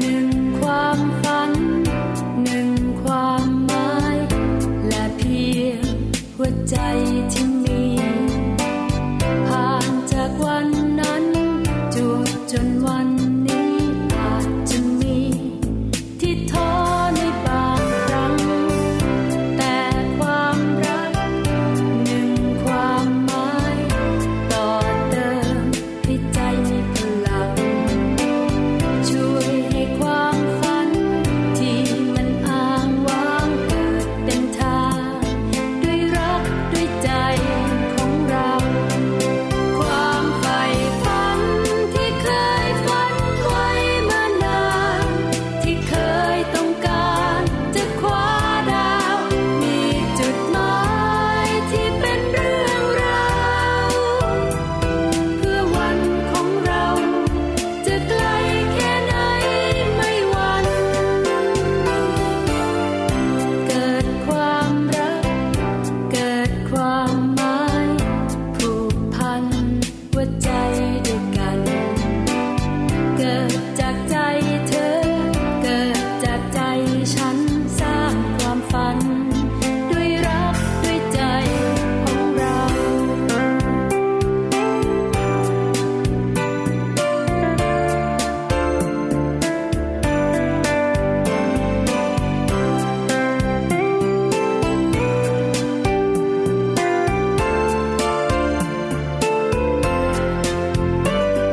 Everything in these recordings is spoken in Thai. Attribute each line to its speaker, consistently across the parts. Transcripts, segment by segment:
Speaker 1: หนึ่งความฝัน หนึ่งความหมาย และเพียงหัวใจที่มี ผ่านจากวันนั้นจวบจนวันนี้อาจจะมี ที่ท้อในบางครั้ง แต่ความรัก หนึ่งความหมาย ต่อเติมให้ใจมีพลัง ช่วยให้ความฝัน ที่มันอ้างว้างเกิดเป็นทาง ด้วยรักด้วยใจของเรา ความใฝ่ฝันที่เคยฝันไว้มานาน ที่เคยต้องการจะคว้าดาว มีจุดหมายที่เป็นเรื่องราว เพื่อวันของเรา จะไกลแค่ไหนไม่หวัน เกิดความรัก เกิดความหมายผูกพันหัว่าใจด้วยกัน เกิดจากใจเธอ เกิดจากใจฉันสร้างความฝัน ด้วยรักด้วยใจของเรา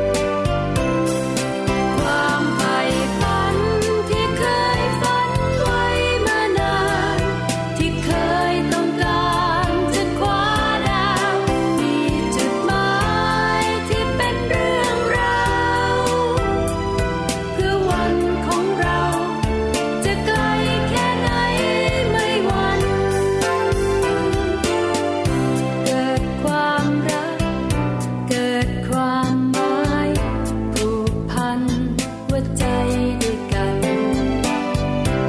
Speaker 1: ความใฝ่ฝันที่เคยฝันไว้มานาน ที่เคยต้องการจะคว้าดาว มีจุดหมายที่เป็นเรื่องราว เพื่อวันของเรา จะไกลแค่ไหนไม่หวัน เกิดความรัก เกิดความหมายผูกพันหัวใจด้วยกัน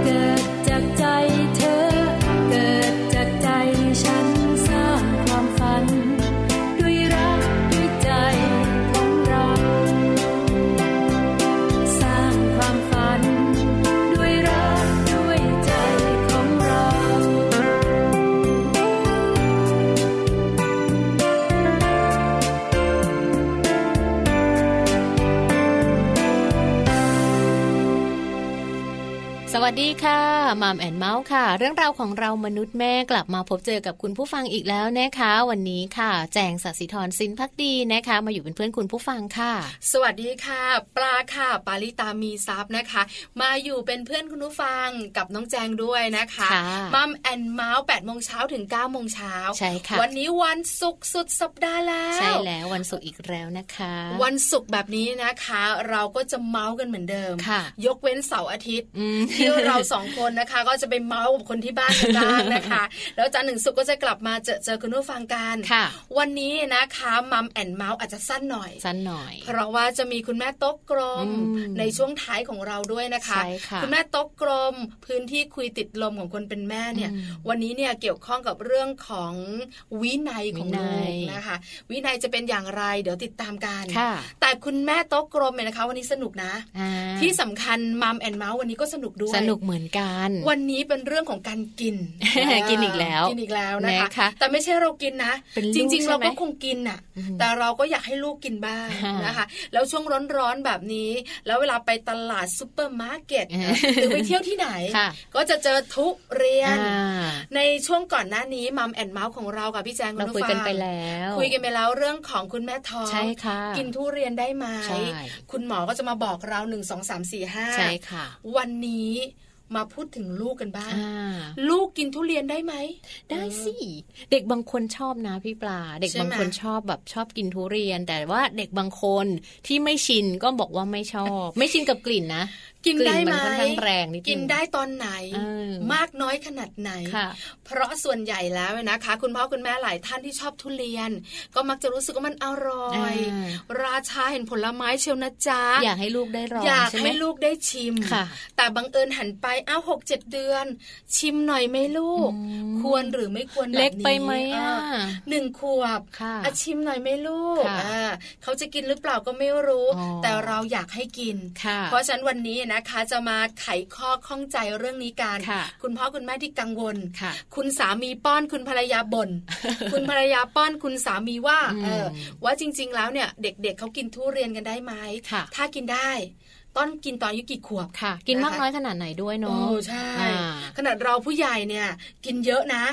Speaker 1: เกิดจากใจเธอ เกิดจากใจฉันสร้างความฝัน ด้วยรักด้วยใจของเรา สร้างความฝัน ด้วยรักด้วยใจของเรา
Speaker 2: สวัสดีค่ะมามแอนเมาส์ค่ะ เรื่องราวของเรามนุษย์แม่กลับมาพบเจอกับคุณผู้ฟังอีกแล้วนะคะ วันนี้ค่ะ แจงสัสิธรสินพักดีนะคะ มาอยู่เป็นเพื่อนคุณผู้ฟังค่ะ
Speaker 3: สวัสดีค่ะ ปลาค่ะ ปาลิตามีซับนะคะ มาอยู่เป็นเพื่อนคุณผู้ฟังกับน้องแจงด้วยนะคะ
Speaker 2: ค่ะ
Speaker 3: มัมแอนเมาส์8โมงเช้าถึง9โมงเช้า
Speaker 2: ใช่ค่ะ
Speaker 3: วันนี้วันศุกร์สุดสัปดาห์แล้ว
Speaker 2: ใช่แล้ววันศุกร์อีกแล้วนะคะ
Speaker 3: วันศุกร์แบบนี้นะคะ เราก็จะเมาส์กันเหมือนเดิม
Speaker 2: ค่ะ
Speaker 3: ยกเว้นเสาร์อาทิตย์
Speaker 2: อืม
Speaker 3: ที่เราสองคนนะคะ ก็จะไปเมาส์กับคนที่บ้านกันบ้างนะคะ แล้วจันทร์ถึงศุกร์ก็จะกลับมาเจอเจอคุณผู้ฟังกัน
Speaker 2: ค่ะ
Speaker 3: วันนี้นะคะมัมแอนเมาส์อาจจะสั้นหน่อย
Speaker 2: สั้นหน่อย
Speaker 3: เพราะว่าจะมีคุณแม่โต๊ะกลม
Speaker 2: อืม
Speaker 3: ในช่วงท้ายของเราด้วยนะคะ
Speaker 2: ใช่ค่ะ
Speaker 3: ณแม่โต๊ะกลม พื้นที่คุยติดลมของคนเป็นแม่เนี่ย
Speaker 2: อืม
Speaker 3: วันนี้เนี่ยเกี่ยวข้องกับเรื่องของวินัยของลู
Speaker 2: วินั
Speaker 3: ก
Speaker 2: ย
Speaker 3: นะคะ วินัยจะเป็นอย่างไรเดี๋ยวติดตามกัน
Speaker 2: ค่ะ
Speaker 3: แต่คุณแม่โต๊ะกลมเนี่ยนะคะ วันนี้สนุกนะ
Speaker 2: อ่า
Speaker 3: ที่สำคัญมัมแอนเมาส์วันนี้ก็สนุกด้วย
Speaker 2: สนุกเหมือนกัน
Speaker 3: วันนี้เป็นเรื่องของการกิน
Speaker 2: กินอีกแล้ว
Speaker 3: กินอีกแล้วนะคะ
Speaker 2: นะคะ
Speaker 3: แต่ไม่ใช่เรากินนะ
Speaker 2: เป็นลูก
Speaker 3: จริง
Speaker 2: ใช่
Speaker 3: ๆ
Speaker 2: ไหม
Speaker 3: เราก็คงกินน่ะ
Speaker 2: อืม
Speaker 3: แต่เราก็อยากให้ลูกกินบ้าง
Speaker 2: ฮะ
Speaker 3: นะคะ แล้วช่วงร้อนๆแบบนี้ แล้วเวลาไปตลาดซูเปอร์มาร์เก็ ต
Speaker 2: เออ
Speaker 3: หรือไปเที่ยวที่ไหน
Speaker 2: ค่ะ
Speaker 3: ก็จะเจอทุเรียน
Speaker 2: อ่า
Speaker 3: ในช่วงก่อนหน้านี้มัมแอนเมาส์ของเรากับพี่แจง
Speaker 2: เรา
Speaker 3: ณผู้
Speaker 2: คุยกัน
Speaker 3: ฟัง
Speaker 2: ไปแล้ว
Speaker 3: คุยกันไปแล้วเรื่องของคุณแม่ท้อง
Speaker 2: ใช่ค่ะ
Speaker 3: กินทุเรียนได้ไหม
Speaker 2: ใช่
Speaker 3: คุณหมอก็จะมาบอกเราหนึ่งสองสามสี่ห้า
Speaker 2: ใช่ค่ะ
Speaker 3: วันนี้ มาพูดถึงลูกกันบ้าง
Speaker 2: อ่า
Speaker 3: ลูกกินทุเรียนได้ไหม
Speaker 2: ได้สิ เด็กบางคนชอบนะพี่ปลา เด็ก
Speaker 3: ใช่ไหม
Speaker 2: บางคนชอบแบบชอบกินทุเรียน แต่ว่าเด็กบางคนที่ไม่ชินก็บอกว่าไม่ชอบ ไม่ชินกับกลิ่นนะ
Speaker 3: กินได้
Speaker 2: ลิ่
Speaker 3: ไหม
Speaker 2: มัค่อนข้างแรงนิดนึง
Speaker 3: กินได้ตอนไหน
Speaker 2: เออ
Speaker 3: มากน้อยขนาดไหน
Speaker 2: ค่ะ
Speaker 3: เพราะส่วนใหญ่แล้วนะคะ คุณพ่อคุณแม่หลายท่านที่ชอบทุเรียน ก็มักจะรู้สึกว่ามันอร่อย
Speaker 2: อ่า
Speaker 3: ราชาเห็นผลไม้เชียวนะจ๊ะ
Speaker 2: อยากให้ลูกได้ลอง
Speaker 3: อยาก
Speaker 2: ใช่ไหม
Speaker 3: ให้ลูกได้ชิม
Speaker 2: ค่ะ
Speaker 3: แต่บังเอิญหันไปอ้าวหกเจ็ดเดือน ชิมหน่อยไหมลูก
Speaker 2: อืม
Speaker 3: ควรหรือไม่ควรแบบนี้
Speaker 2: เล็กไปไหมอ่ะ
Speaker 3: เออหนึ่งขวบ
Speaker 2: ค่ะ
Speaker 3: อาชิมหน่อยไหมลูก
Speaker 2: ค่ะ
Speaker 3: อ่าเขาจะกินหรือเปล่าก็ไม่รู้
Speaker 2: อ๋อ
Speaker 3: แต่เราอยากให้กิน
Speaker 2: ค่ะ
Speaker 3: เพราะฉะนั้นวันนี้นะคะจะมาไขข้อข้องใจเรื่องนี้กัน
Speaker 2: ค่ะ
Speaker 3: คุณพ่อคุณแม่ที่กังวล
Speaker 2: ค่ะ
Speaker 3: คุณสามีป้อนคุณภรรยา บน่น คุณภรรยาป้อนคุณสามีว่า
Speaker 2: อืม
Speaker 3: เออว่าจริง ๆ แล้วเนี่ย เด็กๆเขากินทุเรียนกันได้ไหม
Speaker 2: ค่ะ
Speaker 3: ถ้ากินได้ ต้องกินตอนอายุกี่ขวบ
Speaker 2: ค่ะ กิน
Speaker 3: นะคะ
Speaker 2: มากน้อยขนาดไหนด้วย
Speaker 3: โอ้
Speaker 2: เนาะ
Speaker 3: ใช่
Speaker 2: อ่า
Speaker 3: ขนาดเราผู้ใหญ่เนี่ย กินเยอะนะ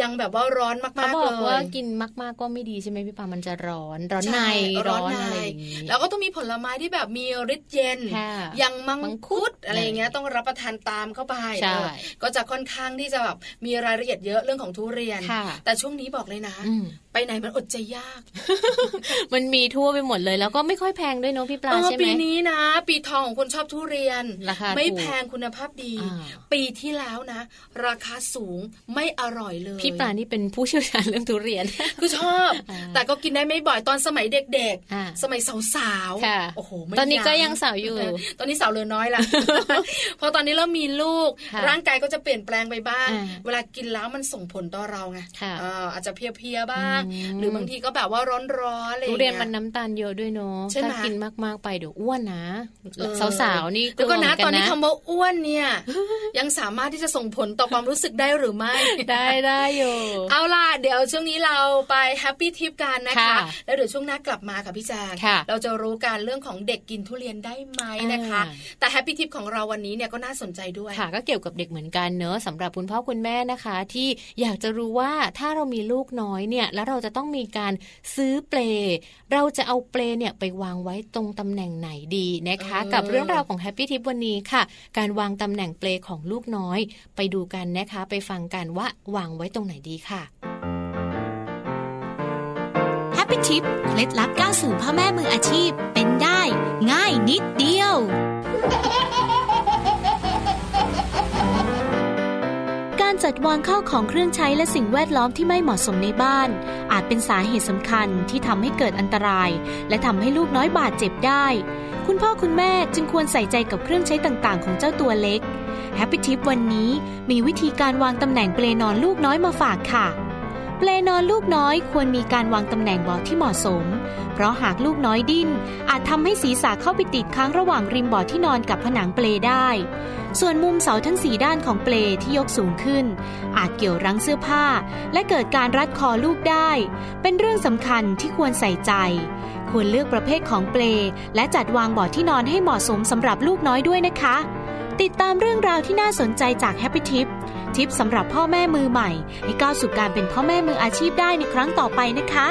Speaker 3: ยังแบบว่าร้อนมากๆ
Speaker 2: เขาบ
Speaker 3: เล
Speaker 2: อกว่าย กินมากๆก็ไม่ดีใช่ไหมพี่ปลามันจะร้อน ร้อนใน
Speaker 3: ใช่
Speaker 2: ร้อนอะไรอย่างนี้
Speaker 3: แล้วก็ต้องมีผลไม้ที่แบบมีฤทธิ์เย็น
Speaker 2: ค่ะ
Speaker 3: ยังมัง
Speaker 2: มังคุ
Speaker 3: คุด
Speaker 2: ด
Speaker 3: อะไรอย่างเงี้ยต้องรับประทานตามเข้าไป
Speaker 2: ใช่
Speaker 3: เออก็จะค่อนข้างที่จะแบบมีรายละเอียดเยอะเรื่องของทุเรียน
Speaker 2: ค่ะ
Speaker 3: แต่ช่วงนี้บอกเลยนะ
Speaker 2: อืม
Speaker 3: ไปไหนมันอดใจยาก
Speaker 2: มันมีทั่วไปหมดเลยแล้วก็ไม่ค่อยแพงด้วยเนาะพี่ปลา
Speaker 3: เออ
Speaker 2: ใช่ไหม
Speaker 3: ปีนี้นะ ปีทองของคนชอบทุเรียน
Speaker 2: ราคา
Speaker 3: ไม่
Speaker 2: ถูก
Speaker 3: แพงคุณภาพดี
Speaker 2: อ่า
Speaker 3: ปีที่แล้วนะ ราคาสูงไม่อร่อยเลย
Speaker 2: พี่ปลานี่เป็นผู้เชี่ยวชาญเรื่องทุเรียน
Speaker 3: คือชอบ
Speaker 2: อ่า
Speaker 3: แต่ก็กินได้ไม่บ่อยตอนสมัยเด็ก
Speaker 2: อ่า
Speaker 3: ๆ สมัยสาว
Speaker 2: ค่ะ
Speaker 3: โอ้โหไม่
Speaker 2: ตอนนี้ก็ยังสาวอยู่
Speaker 3: เออตอนนี้สาวเหลือ น้อยละ พอตอนนี้เรามีลูก
Speaker 2: ค่ะ
Speaker 3: ร่างกายก็จะเปลี่ยนแปลงไปบ้าง
Speaker 2: อ่า
Speaker 3: เวลากินแล้วมันส่งผลต่อเราไง
Speaker 2: ค่ะ
Speaker 3: เอ่ออาจจะเพลียๆบ้าง
Speaker 2: อืม
Speaker 3: หรือบางทีก็แบบว่าร้อนๆอะไรอ
Speaker 2: ทุ
Speaker 3: ย่าง
Speaker 2: เรียน
Speaker 3: เงี้ย
Speaker 2: มันน้ำตาลเยอะด้วยเนาะ
Speaker 3: ใช่ไหม
Speaker 2: ถ้ากินมากๆไปเดี๋ยวอ้วนนะ
Speaker 3: เออ
Speaker 2: สาวๆนี่กลั
Speaker 3: แล้ว
Speaker 2: ว
Speaker 3: ก็
Speaker 2: เหมื
Speaker 3: นะ
Speaker 2: อนกั
Speaker 3: ตอน
Speaker 2: น
Speaker 3: นี้
Speaker 2: นะ
Speaker 3: คำว่าอ้วนเนี่ย ยังสามารถที่จะส่งผลต่อความรู้สึกได้หรือไม่
Speaker 2: ได้ได้อยู่
Speaker 3: เอาล่ะ เดี๋ยวช่วงนี้เราไปแฮปปี้ทิปกันนะคะ
Speaker 2: ค่ะ
Speaker 3: แล้วเดี๋ยวช่วงหน้ากลับมาค่ะพี่แจง
Speaker 2: ค่ะ
Speaker 3: เราจะรู้การเรื่องของเด็กกินทุเรียนได้ไหมนะคะ
Speaker 2: อ่า
Speaker 3: แต่แฮปปี้ทิปของเราวันนี้เนี่ยก็น่าสนใจด้วย
Speaker 2: ค่ะก็เกี่ยวกับเด็กเหมือนกันเนอะสำหรับคุณพ่อคุณแม่นะคะ ที่อยากจะรู้ว่าถ้าเรามีลูกน้อยเนี่ย แล้วเราจะต้องมีการซื้อเปลเราจะเอาเปลเนี่ยไปวางไว้ตรงตำแหน่งไหนดีนะคะ
Speaker 3: เออ
Speaker 2: กับเรื่องราวของ Happy t i p วันนี้ค่ะ การวางตำแหน่งเปลของลูกน้อย ไปดูกันนะคะ ไปฟังกันว่าวางไว้ตรงไหนดีค่ะ
Speaker 4: แฮปปี้ทิปเคล็ดลับก้าวสู่พ่อแม่มืออาชีพเป็นได้ ง่ายนิดเดียว การจัดวางข้าวของเครื่องใช้และสิ่งแวดล้อมที่ไม่เหมาะสมในบ้าน อาจเป็นสาเหตุสำคัญที่ทำให้เกิดอันตราย และทำให้ลูกน้อยบาดเจ็บได้ คุณพ่อคุณแม่จึงควรใส่ใจกับเครื่องใช้ต่างๆ ของเจ้าตัวเล็กแฮปปี้ทิปวันนี้มีวิธีการวางตำแหน่งเปลนอนลูกน้อยมาฝากค่ะ เปลนอนลูกน้อยควรมีการวางตำแหน่งเบาะที่เหมาะสม เพราะหากลูกน้อยดิ้น อาจทำให้ศีรษะเข้าไปติดค้างระหว่างริมเบาะที่นอนกับผนังเปลได้ ส่วนมุมเสาทั้งสีด้านของเปลที่ยกสูงขึ้น อาจเกี่ยวรั้งเสื้อผ้า และเกิดการรัดคอลูกได้ เป็นเรื่องสำคัญที่ควรใส่ใจ ควรเลือกประเภทของเปลและจัดวางเบาะที่นอนให้เหมาะสมสำหรับลูกน้อยด้วยนะคะ ติดตามเรื่องราวที่น่าสนใจจากแฮปปี้ทิป ทิปสำหรับพ่อแม่มือใหม่ ให้ก้าวสู่การเป็นพ่อแม่มืออาชีพได้ในครั้งต่อไปนะคะ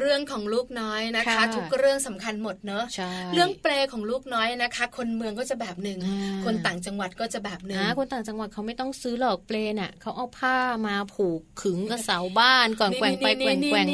Speaker 3: เรื่องของลูกน้อยนะคะ
Speaker 2: ค่ะ
Speaker 3: ทุกเรื่องสำคัญหมดเนอะ
Speaker 2: ใช่
Speaker 3: เรื่องเปลของลูกน้อยนะคะ คนเมืองก็จะแบบหนึ่ง
Speaker 2: อ่า
Speaker 3: คนต่างจังหวัดก็จะแบบหนึ่ง
Speaker 2: นะคนต่างจังหวัดเขาไม่ต้องซื้อหรอกเปลน่ะเขาเอาผ้ามาผูกขึงกับเสาบ้านก่อนแกว่งไปแกว่งแกว่ง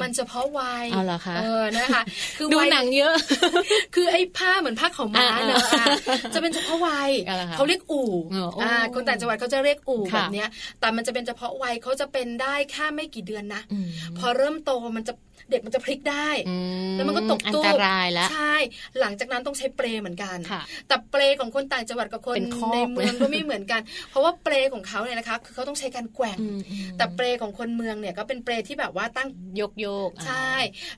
Speaker 2: มา
Speaker 3: นเฉพาะวัย
Speaker 2: เอาเหรอคะ
Speaker 3: เออนะคะ คือ
Speaker 2: ดู
Speaker 3: วัย
Speaker 2: หนังเยอะ
Speaker 3: คือไอ้ผ้าเหมือนผ้าขาวม้า
Speaker 2: อ่า
Speaker 3: เนอะอ่ะจะเป็นเฉพาะวัย
Speaker 2: เอาเหรอคะ
Speaker 3: เขาเรียกอู่
Speaker 2: เออโอ้
Speaker 3: อ่าคนต่างจังหวัดเขาจะเรียกอู่
Speaker 2: ค่ะ
Speaker 3: แบบเนี้ย แต่มันจะเป็นเฉพาะวัยเขาจะเป็นได้แค่ไม่กี่เดือนนะ
Speaker 2: อืม
Speaker 3: พอเริ่มโตมันจะเด็กมันจะพลิกได้
Speaker 2: อื
Speaker 3: แล้วมันก็ตก
Speaker 2: อัน
Speaker 3: ตู้
Speaker 2: ตรายแล้ว
Speaker 3: ใช่ หลังจากนั้นต้องใช้เปลเหมือนกัน
Speaker 2: ค่ะ
Speaker 3: แต่เปลของคนต่างจังหวัดกับคน
Speaker 2: เป็นคอก
Speaker 3: ในเมือง
Speaker 2: เลย
Speaker 3: ก็ไม่เหมือนกัน เพราะว่าเปลของเขาเนี่ยนะคะ คือเขาต้องใช้การแกว่ง
Speaker 2: อืมอืม
Speaker 3: แต่เปลของคนเมืองเนี่ยก็เป็นเปลที่แบบว่าตั้ง
Speaker 2: โยกโยกอ่ะ
Speaker 3: ใช่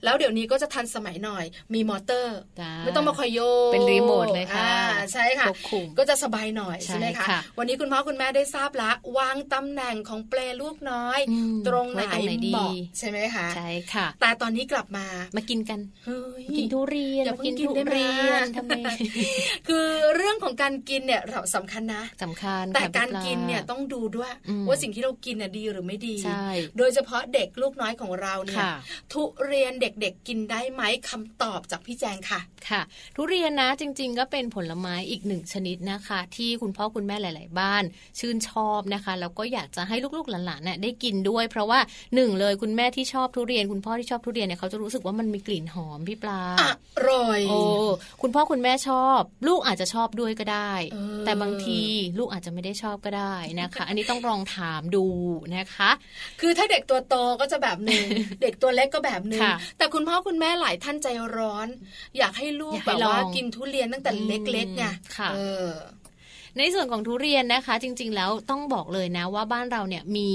Speaker 3: แล้วเดี๋ยวนี้ก็จะทันสมัยหน่อย มีมอเตอร์
Speaker 2: จ้า
Speaker 3: ไม่ต้องมาคอยโยก
Speaker 2: เป็นรีโมทเลยค่ะ
Speaker 3: อ่าใช่ค่ะ
Speaker 2: ควบคุม
Speaker 3: ก็จะสบายหน่อยใช่ไหม
Speaker 2: ใช่
Speaker 3: คะ
Speaker 2: ค่ะ
Speaker 3: วันนี้คุณพ่อคุณแม่ได้ทราบละ วางตำแหน่งของเปลลูกน้อย
Speaker 2: อืม
Speaker 3: ตรงไหน
Speaker 2: ไว้ตรงไหนดี
Speaker 3: เหมาะใช่ไหมคะ
Speaker 2: ใช่ค่ะ
Speaker 3: แต่ ตอนนี้กลับมา
Speaker 2: มากินกัน
Speaker 3: เฮ้ย
Speaker 2: กินทุเรียน
Speaker 3: อย่า
Speaker 2: มา
Speaker 3: เพิ่
Speaker 2: กิน
Speaker 3: งกิน
Speaker 2: ทุ
Speaker 3: ได้ไหม
Speaker 2: เรียนทำไม
Speaker 3: คือเรื่องของการกินเนี่ยเราสำคัญนะ
Speaker 2: สำคัญ
Speaker 3: แต่
Speaker 2: ค่ะ
Speaker 3: การ
Speaker 2: พี่ปล
Speaker 3: กินเนี่ยต้องดูด้วย
Speaker 2: อืม
Speaker 3: ว่าสิ่งที่เรากินน่ะดีหรือไม่ดี
Speaker 2: ใช่
Speaker 3: โดยเฉพาะเด็กลูกน้อยของเราเนี่ย
Speaker 2: ค่ะ
Speaker 3: ทุเรียนเด็กๆกินได้ไหมคำตอบจากพี่แจงค่ะ
Speaker 2: ค่ะ ทุเรียนนะจริง ๆ ก็เป็นผลไม้อีกหนึ่งชนิดนะคะ ที่คุณพ่อคุณแม่หลาย ๆ บ้าน ชื่นชอบนะคะแล้วก็อยากจะให้ลูกๆหลานๆน่ะได้กินด้วย เพราะว่าหนึ่งเลยคุณแม่ที่ชอบทุเรียน คุณพ่อที่ชอบทุเรียนเนี่ยเขาจะรู้สึกว่ามันมีกลิ่นหอมพี่ปลา
Speaker 3: อร่อย
Speaker 2: โอ้คุณพ่อคุณแม่ชอบ ลูกอาจจะชอบด้วยก็ได้
Speaker 3: เออ
Speaker 2: แต่บางทีลูกอาจจะไม่ได้ชอบก็ได้นะคะ อันนี้ต้องลองถามดูนะคะ
Speaker 3: คือถ้าเด็กตัวโตก็จะแบบ หนึ่ง เด็กตัวเล็กก็แบบหนึ่ง
Speaker 2: ค่ะ
Speaker 3: แต่คุณพ่อคุณแม่หลายท่านใจร้อน อยากให้ลูก
Speaker 2: อยาก
Speaker 3: แบ
Speaker 2: ให้
Speaker 3: บ
Speaker 2: ลอง
Speaker 3: ว่ากินทุเรียนตั้งแต่เล็กๆไง
Speaker 2: อืมค่ะ
Speaker 3: เออ
Speaker 2: ในส่วนของทุเรียนนะคะ จริง ๆ แล้วต้องบอกเลยนะว่าบ้านเราเนี่ยมี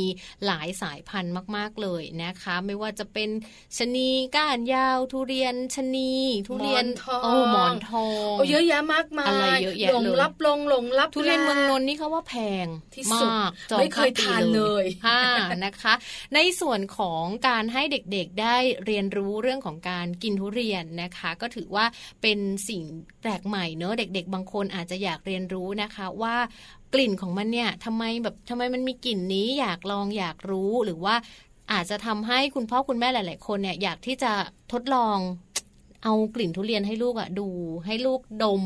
Speaker 2: หลายสายพันธุ์มาก ๆเลยนะคะ ไม่ว่าจะเป็นชะนีก้านยาว ทุเรียนชะนีทุเรียน
Speaker 3: หมอนทอง
Speaker 2: โอ้หมอนทอง
Speaker 3: โอ้เยอะแยะมากมา
Speaker 2: อะไร
Speaker 3: ย
Speaker 2: เยอะแยะ
Speaker 3: หลง
Speaker 2: เลย
Speaker 3: รับลงหลงรับ
Speaker 2: ทุเรียน
Speaker 3: ลา
Speaker 2: เมืองนนท์นี่เขาว่าแพง
Speaker 3: ที่สุด
Speaker 2: มากจอ
Speaker 3: ไม่เคย
Speaker 2: ข้ม
Speaker 3: ทาน
Speaker 2: ปี
Speaker 3: เลย
Speaker 2: ค่ะ นะคะ ในส่วนของการให้เด็กๆได้เรียนรู้เรื่องของการกินทุเรียนนะคะ ก็ถือว่าเป็นสิ่งแปลกใหม่เนอะเด็ก ๆ บางคนอาจจะอยากเรียนรู้นะคะว่ากลิ่นของมันเนี่ยทำไมแบบทำไมมันมีกลิ่นนี้อยากลองอยากรู้หรือว่าอาจจะทำให้คุณพ่อคุณแม่หลาย ๆ คนเนี่ยอยากที่จะทดลอง เอากลิ่นทุเรียนให้ลูกอะดู ให้ลูกดม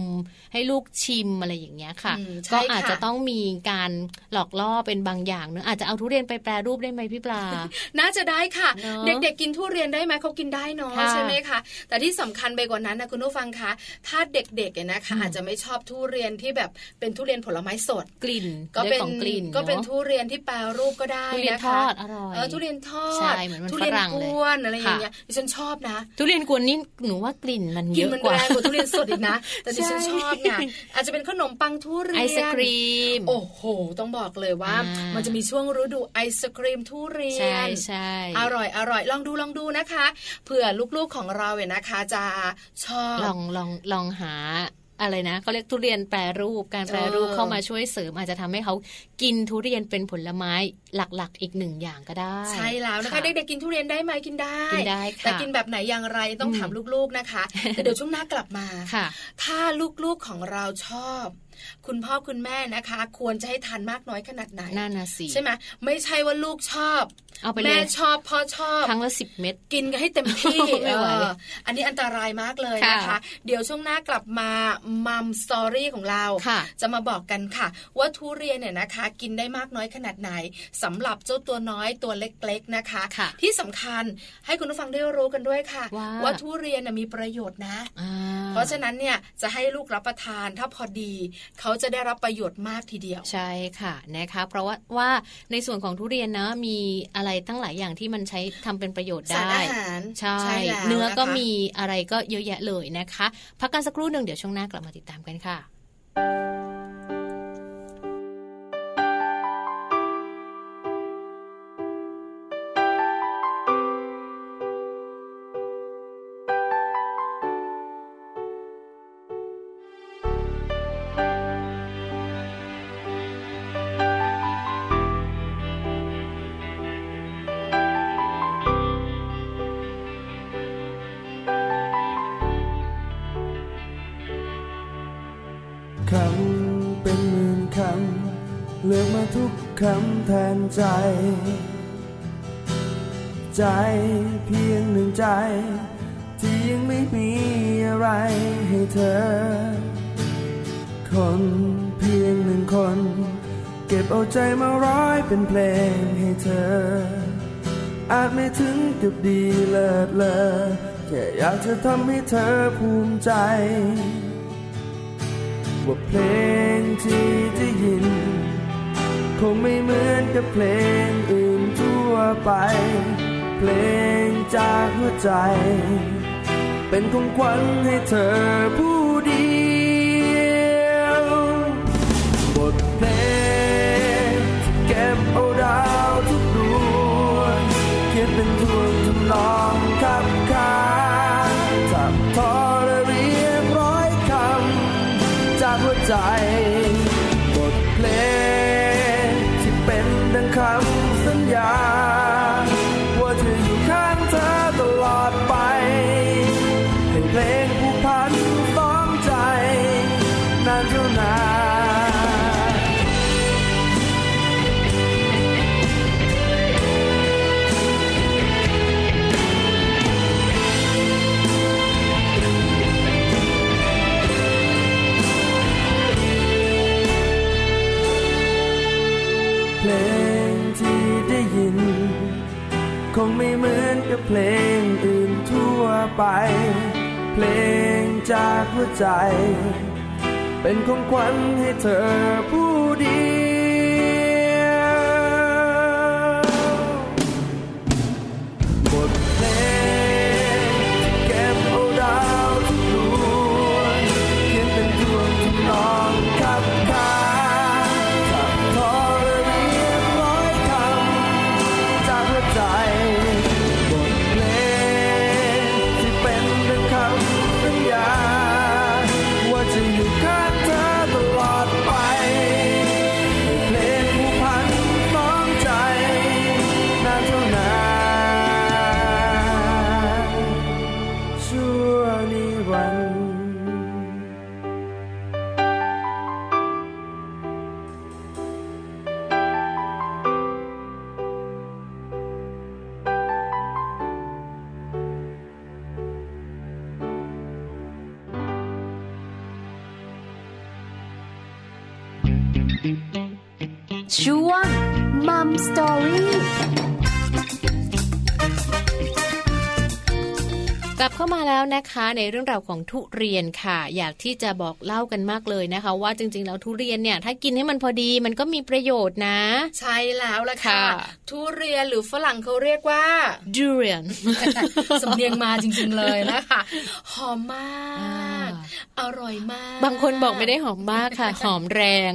Speaker 2: ให้ลูกชิมอะไรอย่างเงี้ยค่ะ
Speaker 3: อืมใช่
Speaker 2: ก็
Speaker 3: ค่ะ
Speaker 2: อาจจะต้องมีการหลอกล่อเป็นบางอย่างเนอะอาจจะเอาทุเรียนไปแปรรูปได้ไหมพี่ปลา
Speaker 3: น่าจะได้ค่ะ
Speaker 2: เนอะ
Speaker 3: เด็กๆกินทุเรียนได้ไหมเขากินได้เนาะ
Speaker 2: ค่ะ
Speaker 3: ใช่ไหมคะแต่ที่สำคัญไปกว่านั้นนะคุณผู้ฟังคะถ้าเด็กๆเนี่ยนะคะ
Speaker 2: อืม
Speaker 3: อาจจะไม่ชอบทุเรียนที่แบบเป็นทุเรียนผลไม้สด
Speaker 2: กลิ่น
Speaker 3: ก็เป็
Speaker 2: เรื่อ
Speaker 3: น
Speaker 2: งของกลิ่น
Speaker 3: ก็เป็น
Speaker 2: อะ
Speaker 3: ทุเรียนที่แปรรูปก็ได้
Speaker 2: ทุเรียน
Speaker 3: นะ
Speaker 2: ท
Speaker 3: คะ
Speaker 2: อดอร่อย
Speaker 3: เออทุเรียนทอ
Speaker 2: ใช่
Speaker 3: ด
Speaker 2: เหมือนมัน
Speaker 3: ทุเรีน
Speaker 2: ฝรั่ง
Speaker 3: ก
Speaker 2: เลย
Speaker 3: วนอะไรอย่าง
Speaker 2: ค่ะ
Speaker 3: เงี้ยดิฉันชอบนะ
Speaker 2: ทุเรียนกวนนี่หนูว่ากลิ่นมัน
Speaker 3: กิ
Speaker 2: เย
Speaker 3: น
Speaker 2: อะ
Speaker 3: มัน
Speaker 2: กว่า
Speaker 3: แรงกว่าทุเรียนสดอีกนะ แต่ดิฉัน
Speaker 2: ใช่
Speaker 3: ชอบไงอาจจะเป็นขนมปังทุเรียน
Speaker 2: ไอศครีม
Speaker 3: โอ้โห ต้องบอกเลยว่า
Speaker 2: อ่ามั
Speaker 3: มันจะมีช่วงฤดูไอศครีมทุเรียน
Speaker 2: ใช่ใช่
Speaker 3: อร่อยอร่อยลองดูลองดูนะคะเผื่อลูกๆของเราเนี่ยนะคะ จะชอบ
Speaker 2: ลองลองลองหาอะไรนะเขาเรียกทุเรียนแปรรูปการแปรรูป
Speaker 3: เออ
Speaker 2: เข้ามาช่วยเสริม อาจจะทำให้เขากินทุเรียนเป็นผลไม้หลักๆ อีกหนึ่งอย่างก็ได้
Speaker 3: ใช่แล้วนะคะเด็กๆกินทุเรียนได้ไหมกินได้
Speaker 2: กินได้ค่ะ
Speaker 3: แต่กินแบบไหนอย่างไรต้อง
Speaker 2: อืม
Speaker 3: ถามลูกๆนะคะ แต่เดี๋ยวช่วงหน้ากลับมา
Speaker 2: ค่ะ
Speaker 3: ถ้าลูกๆของเราชอบ คุณพ่อคุณแม่นะคะ ควรจะให้ทานมากน้อยขนาดไหน
Speaker 2: น่านาสี
Speaker 3: ใช่ไหมไม่ใช่ว่าลูกชอบ
Speaker 2: เอาไปเล
Speaker 3: แม่
Speaker 2: ย
Speaker 3: ชอบพ่อชอบ
Speaker 2: ครั้งละสิบเม็ด
Speaker 3: กินกันให้เต็มที่
Speaker 2: ไม่ไหว
Speaker 3: เอออันนี้อันตรายมากเลยนะคะ
Speaker 2: ค่ะ
Speaker 3: เดี๋ยวช่วงหน้ากลับมามัมสตอรี่ของเรา
Speaker 2: ค่ะ
Speaker 3: จะมาบอกกันค่ะ ว่าทุเรียนเนี่ยนะคะ กินได้มากน้อยขนาดไหนสำหรับเจ้าตัวน้อยตัวเล็กๆนะคะ
Speaker 2: ค่ะ
Speaker 3: ที่สำคัญให้คุณผู้ฟังได้รู้กันด้วยค่ะ
Speaker 2: ว่า
Speaker 3: ทุเรียนน่ะมีประโยชน์นะ
Speaker 2: อ่
Speaker 3: เพราะฉะนั้นเนี่ยจะให้ลูกรับประทานถ้าพอดี เขาจะได้รับประโยชน์มากทีเดียว
Speaker 2: ใช่ค่ะนะคะ เพราะว่าว่าในส่วนของทุเรียนนะมีอะไรตั้งหลายอย่างที่มันใช้ทำเป็นประโยชน์
Speaker 3: สาร
Speaker 2: ได้
Speaker 3: อาหาร
Speaker 2: ใช่
Speaker 3: แล้ว
Speaker 2: เนื้อก็
Speaker 3: ะคะ
Speaker 2: มีอะไรก็เยอะแยะเลยนะคะ พักกันสักครู่หนึ่งเดี๋ยวช่วงหน้ากลับมาติดตามกันค่ะ
Speaker 5: คำเป็นหมื่นคำ เลือกมาทุกคำแทนใจ ใจเพียงหนึ่งใจ ที่ยังไม่มีอะไรให้เธอ คนเพียงหนึ่งคน เก็บเอาใจมาร้อยเป็นเพลงให้เธอ อาจไม่ถึงกับดีเลิศเลอแค่อยากจะทำให้เธอภูมิใจ ว่าเพลงที่ได้ยิน คงไม่เหมือนกับเพลงอื่นทั่วไป เพลงจากหัวใจ เป็นของขวัญให้เธอผู้เดียวบทเพลงที่เก็บเอาดาวทุกดวงเขียนเป็นทวงทำนองขับขานจับทอและเรียงร้อยคำ จากหัวใจบทเพลงที่เป็นดังคำสัญญา ว่าจะอยู่ข้างเธอตลอด เหมือนกับเพลงอื่นทั่วไป เพลงจากหัวใจ เป็นของขวัญให้เธอผู้เดียว บทเพลงเก็บเอาดาวทุกดวงเขียนเป็นดวงที่นองขับคาขับทอเรียนร้อยคำจากหัวใจ บทเพลงที่เป็นดังคำสัญญา ว่าจะอยู่ข้างเธอตลอดไป เพลงผูกพันน้องใจนานเท่านานชั่วนิรันดร์
Speaker 6: ช่วงมัมสตอรี่
Speaker 2: กลับเข้ามาแล้วนะคะ ในเรื่องราวของทุเรียนค่ะ อยากที่จะบอกเล่ากันมากเลยนะคะ ว่าจริงๆแล้วทุเรียนเนี่ยถ้ากินให้มันพอดีมันก็มีประโยชน์นะ
Speaker 3: ใช่แล้วล่ะค่ะ
Speaker 2: ค่ะ
Speaker 3: ทุเรียนหรือฝรั่งเขาเรียกว่า
Speaker 2: ดูเรี ยน
Speaker 3: สำเนียงมาจริงๆเลยนะคะหอมมาก
Speaker 2: อ่
Speaker 3: อร่อยมาก
Speaker 2: บางคนบอกไม่ได้หอมมากค่ะ หอมแรง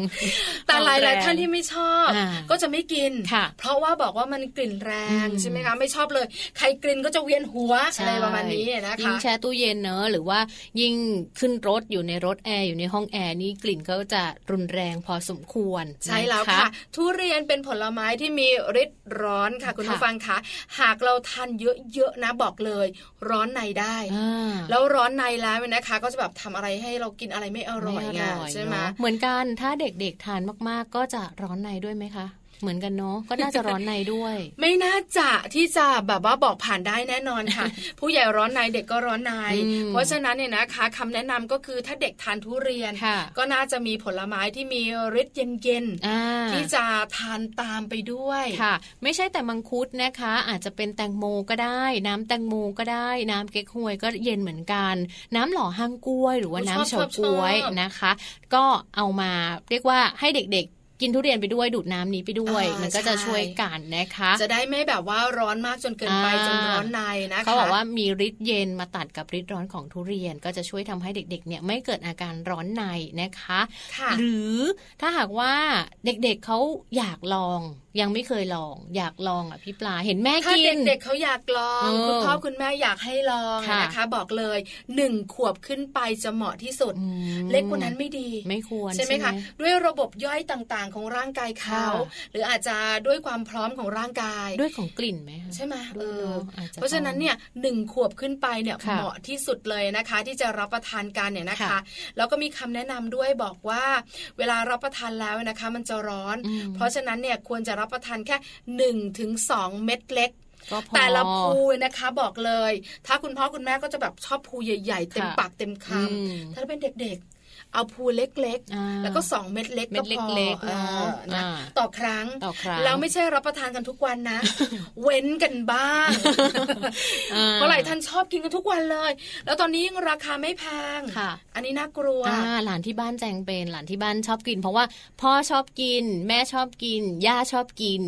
Speaker 3: แต่หลาย
Speaker 2: หอม
Speaker 3: ห
Speaker 2: แร
Speaker 3: ลาง ยท่านที่ไม่ชอบ
Speaker 2: อ่า
Speaker 3: ก็จะไม่กิน
Speaker 2: ค่ะ
Speaker 3: เพราะว่าบอกว่ามันกลิ่นแรง
Speaker 2: อืม
Speaker 3: ใช่ไหมคะไม่ชอบเลย ใครกลิ่นก็จะเวียนหัวอะไรประมาณนี้นะ
Speaker 2: ยิ่
Speaker 3: คะ
Speaker 2: งแช่ตู้เย็นเนอะหรือว่ายิ่งขึ้นรถอยู่ในรถแอร์อยู่ในห้องแอร์นี่กลิ่นก็จะรุนแรงพอสมควร
Speaker 3: ใช่แล้ว
Speaker 2: น
Speaker 3: ค่ะ ทุเรียนเป็นผลไม้ที่มีฤทธิ์ร้อนค่ะ คุณ
Speaker 2: ค่ะ
Speaker 3: ผู้ฟังคะหากเราทานเยอะๆนะบอกเลย ร้อนในได้
Speaker 2: อ่า
Speaker 3: แล้วร้อนในแล้วเนี่ยนะคะ ก็จะแบบทำอะไรให้เรากินอะไรไม่อร่อยไงใช่ไหม
Speaker 2: เนอะเหมือนกันถ้าเด็กๆทานมากๆ ก็จะร้อนในด้วยไหมคะ เหมือนกันเนาะก็น่าจะร้อนใน ด้วย
Speaker 3: ไม่น่าจะที่จะแบบว่าบอกผ่านได้แน่นอน ค่ะ ผู้ใหญ่ร้อนในเด็กก็ร้อนใน
Speaker 2: อืม
Speaker 3: เพราะฉะนั้นเนี่ยนะคะคำแนะนำก็คือถ้าเด็กทานทุเรียน
Speaker 2: ค่ะ
Speaker 3: ก็น่าจะมีผลไม้ที่มีฤทธิ์เย็น
Speaker 2: อ่า
Speaker 3: ๆที่จะทานตามไปด้วย
Speaker 2: ค่ะ ไม่ใช่แต่มังคุดนะคะ อาจจะเป็นแตงโมก็ได้ น้ำแตงโมก็ได้ น้ำเก๊กฮวยก็เย็นเหมือนกัน น้ำหล่อห้างกล้วย หรือว่า
Speaker 3: โอ้
Speaker 2: น้ำ
Speaker 3: ชอ
Speaker 2: เฉา
Speaker 3: บชอบ
Speaker 2: ก๊วยนะคะ ก็เอามาเรียกว่าให้เด็กๆ กินทุเรียนไปด้วยดูดน้ำนี้ไปด้วย
Speaker 3: อ่ามั
Speaker 2: มันก็จะ
Speaker 3: ใช่
Speaker 2: ช่วยกันนะคะ
Speaker 3: จะได้ไม่แบบว่าร้อนมากจนเกินไป
Speaker 2: อ่า
Speaker 3: จนร้อนในนะคะ
Speaker 2: เขาบอกว่ามีฤทธิ์เย็นมาตัดกับฤทธิ์ร้อนของทุเรียนก็จะช่วยทำให้เด็กๆ เนี่ยไม่เกิดอาการร้อนในนะคะ
Speaker 3: ค่ะ
Speaker 2: หรือถ้าหากว่าเด็กๆเขาอยากลอง ยังไม่เคยลอง อยากลองอ่ะพี่ปลาเห็นแม่
Speaker 3: ถ้า
Speaker 2: กิน
Speaker 3: เด็กๆเขาอยากลอง
Speaker 2: เออ
Speaker 3: คุณพ่อคุณแม่อยากให้ลอง
Speaker 2: ค่ะ
Speaker 3: นะคะ บอกเลยหนึ่งขวบขึ้นไปจะเหมาะที่สุด
Speaker 2: อืม
Speaker 3: เล็กกว่านั้นไม่ดี
Speaker 2: ไม่ควร
Speaker 3: ใช่
Speaker 2: ใช่
Speaker 3: ไหม
Speaker 2: ไหม
Speaker 3: คะ ด้วยระบบย่อยต่างๆ ของร่างกาย
Speaker 2: ค่ะ
Speaker 3: เขาหรืออาจจะด้วยความพร้อมของร่างกาย
Speaker 2: ด้วยของกลิ่นไหมคะ
Speaker 3: ใช่ไหมเอ
Speaker 2: ด้วย
Speaker 3: อ
Speaker 2: เนาะอจจ
Speaker 3: เพราะฉะนั้นเนี่ยหนึ่งขวบขึ้นไปเนี่ย
Speaker 2: ค่ะ
Speaker 3: เหมาะที่สุดเลยนะคะ ที่จะรับประทานกันเนี่ยนะคะ
Speaker 2: ค่ะ
Speaker 3: แล้วก็มีคำแนะนำด้วยบอกว่า เวลารับประทานแล้วนะคะ มันจะร้อน
Speaker 2: อืม
Speaker 3: เพราะฉะนั้นเนี่ยควรจะรับประทานแค่1นถึงสเม็ดเล็ก
Speaker 2: ก็พอ
Speaker 3: แต่ละภูนะคะบอกเลย ถ้าคุณพ่อคุณแม่ก็จะแบบชอบภูใหญ่ๆ เต็ม
Speaker 2: ค่ะ
Speaker 3: ปากเต็มค
Speaker 2: อืม
Speaker 3: ำถ้าเป็นเด็กๆ เอาภูเล็กๆ
Speaker 2: อ่า
Speaker 3: แล้วก็ 2 เม็ดเล็ก
Speaker 2: เม็
Speaker 3: ก็
Speaker 2: ด
Speaker 3: พอ
Speaker 2: เล็กๆ
Speaker 3: เออ
Speaker 2: เน
Speaker 3: นะ
Speaker 2: อะา
Speaker 3: ต่อครั้ง
Speaker 2: ต่อครั้ง
Speaker 3: เราไม่ใช่รับประทานกันทุกวันนะ เว้นกันบ้าง
Speaker 2: อ่า
Speaker 3: เพราะหลายท่านชอบกินกันทุกวันเลย แล้วตอนนี้ยิ่งราคาไม่แพง
Speaker 2: ค่ะ
Speaker 3: อันนี้น่ากลัว
Speaker 2: อ่าหลานที่บ้านแจงเป็นหลานที่บ้านชอบกิน เพราะว่าพ่อชอบกิน แม่ชอบกิน ย่าชอบกิน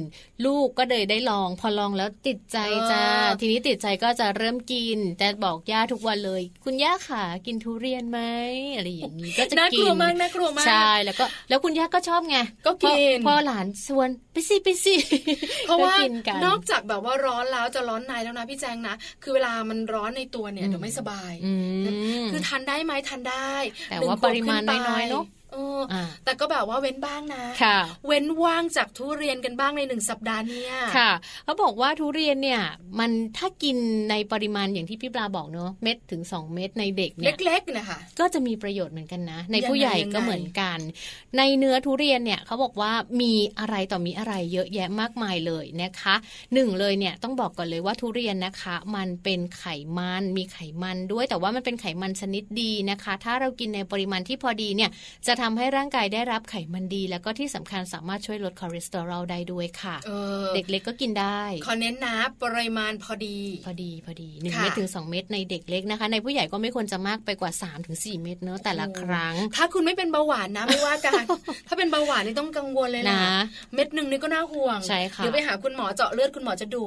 Speaker 2: ลูกก็เลยได้ลอง พอลองแล้วติดใจจ้า
Speaker 3: เออ
Speaker 2: ทีนี้ติดใจก็จะเริ่มกิน แต่บอกย่าทุกวันเลย คุณย่าขากินทุเรียนไหมอะไรอย่างนี้ก็จะ
Speaker 3: น่า
Speaker 2: กิ
Speaker 3: ก
Speaker 2: น
Speaker 3: ลัวมากน่ากลัวมาก
Speaker 2: ใช่แล้วก็แล้วคุณย่าก็ชอบไง
Speaker 3: ก็กิน
Speaker 2: พอพอหลานชวน ไปสิไปสิ
Speaker 3: เพราะว่า
Speaker 2: ก็กินกัน
Speaker 3: นอกจากแบบว่าร้อนแล้วจะร้อนในแล้วนะพี่แจงนะ คือเวลามันร้อนในตัวเนี่ยเดี๋ยวไม่สบาย
Speaker 2: อืม
Speaker 3: คือทานได้ไหมทานได้
Speaker 2: แต่
Speaker 3: หนึ่ง
Speaker 2: ว่า
Speaker 3: ข
Speaker 2: ป
Speaker 3: ด
Speaker 2: ริมาณ
Speaker 3: ขึ้ไป
Speaker 2: น้อยๆเนอะ
Speaker 3: เอออา แต่ก็แบบว่าเว้นบ้างนะ
Speaker 2: ค่ะ
Speaker 3: เว้นว่างจากทุเรียนกันบ้างในหนึ่งสัปดาห์เนี่ย
Speaker 2: ค่ะเขาบอกว่าทุเรียนเนี่ยมันถ้ากินในปริมาณอย่างที่พี่ปลาบอกเนอะเม็ดถึง 2 เม็ดในเด็กเนี่ย
Speaker 3: เล็กๆนะคะ
Speaker 2: ก็จะมีประโยชน์เหมือนกันนะ ใน
Speaker 3: ยังไง
Speaker 2: ผู้ใหญ่
Speaker 3: ยังไง
Speaker 2: ก็เหมือนกัน ในเนื้อทุเรียนเนี่ยเขาบอกว่ามีอะไรต่อมีอะไรเยอะแยะมากมายเลยนะคะหนึ่งเลยเนี่ยต้องบอกก่อนเลยว่าทุเรียนนะคะ มันเป็นไขมันมีไขมันด้วย แต่ว่ามันเป็นไขมันชนิดดีนะคะ ถ้าเรากินในปริมาณที่พอดีเนี่ยจะ ทำให้ร่างกายได้รับไขมันดี แล้วก็ที่สำคัญสามารถช่วยลดคอเลสเตอรอลได้ด้วยค่ะ
Speaker 3: เออ
Speaker 2: เด็กเล็กก็กินได้
Speaker 3: ขอเน้นนะปริมาณพอดี
Speaker 2: พอดีพอดีหนึ่ง
Speaker 3: ค่ะ
Speaker 2: เม็ดถึงสองเม็ดในเด็กเล็กนะคะ ในผู้ใหญ่ก็ไม่ควรจะมากไปกว่า3ามถึงสเม็ดเนอะแต่ละครั้ง
Speaker 3: ถ้าคุณไม่เป็นเบาหวานนะไม่ว่า กัน ถ้าเป็นเบาหวานนี่ต้องกังวลเลย
Speaker 2: นะ
Speaker 3: เม็ดหนึ่งนี่ก็น่าห่วง
Speaker 2: ใช่ค่ะ
Speaker 3: เดี๋ยวไปหาคุณหมอเจาะเลือดคุณหมอจะดุ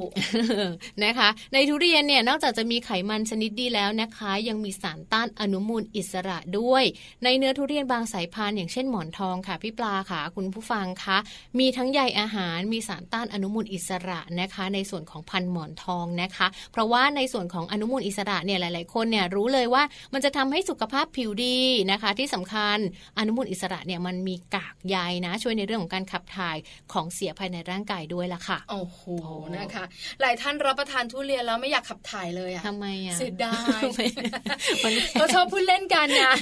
Speaker 2: นะคะ ในทุเรียนเนี่ยนอกจากจะมีไขมันชนิดดีแล้วนะคะ ยังมีสารต้านอนุมูลอิสระด้วย ในเนื้อทุเรียนบางสายพันธุ์อย่างเช่นหมอนทองค่ะพี่ปลาค่ะคุณผู้ฟังคะมีทั้งใยอาหารมีสารต้านอนุมูลอิสระนะคะ ในส่วนของพันธุ์หมอนทองนะคะ เพราะว่าในส่วนของอนุมูลอิสระเนี่ยหลาย ๆ คนเนี่ยรู้เลยว่ามันจะทำให้สุขภาพผิวดีนะคะ ที่สำคัญอนุมูลอิสระเนี่ยมันมีกากใยนะ ช่วยในเรื่องของการขับถ่ายของเสียภายในร่างกายด้วยล่ะค่ะ
Speaker 3: โอ้โหนะคะ หลายท่านรับประทานทุเรียนแล้วไม่อยากขับถ่ายเลยอะ
Speaker 2: ทำไมอ่ะ
Speaker 3: เสียดาย
Speaker 2: ไม่มันแพง
Speaker 3: ก็ชอบพู ดเล่นกัน นะ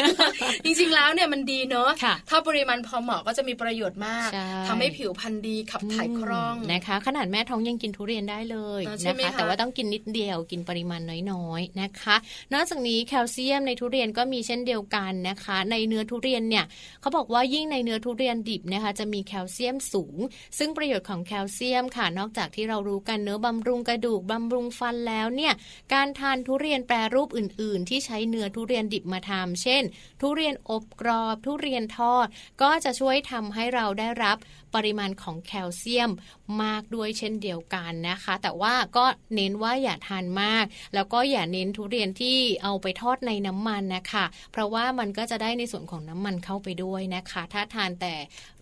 Speaker 3: จริงๆแล้วเนี่ยมันดีเนอะ
Speaker 2: ค่ะ
Speaker 3: ถ้าปริมาณพอเหมาะก็จะมีประโยชน์มาก
Speaker 2: ใช่
Speaker 3: ทำให้ผิวพรรณดีขับถ่ายคล่อง
Speaker 2: นะคะ ขนาดแม่ท้องยังกินทุเรียนได้เลย
Speaker 3: เออใช่
Speaker 2: นะ
Speaker 3: ไหม
Speaker 2: คะ
Speaker 3: คะ
Speaker 2: แต่ว่าต้องกินนิดเดียวกินปริมาณน้อยๆนะคะ นอกจากนี้แคลเซียมในทุเรียนก็มีเช่นเดียวกันนะคะ ในเนื้อทุเรียนเนี่ยเขาบอกว่ายิ่งในเนื้อทุเรียนดิบนะคะจะมีแคลเซียมสูง ซึ่งประโยชน์ของแคลเซียมค่ะ นอกจากที่เรารู้กันเนื้อะบำรุงกระดูกบำรุงฟันแล้วเนี่ยการทานทุเรียนแปรรูปอื่น ๆ ที่ใช้เนื้อทุเรียนดิบมาทำเช่น ทุเรียนอบกรอบ ทุเรียนทอด ก็จะช่วยทำให้เราได้รับปริมาณของแคลเซียมมากด้วยเช่นเดียวกันนะคะ แต่ว่าก็เน้นว่าอย่าทานมาก แล้วก็อย่าเน้นทุเรียนที่เอาไปทอดในน้ำมันนะคะ เพราะว่ามันก็จะได้ในส่วนของน้ำมันเข้าไปด้วยนะคะ ถ้าทานแต่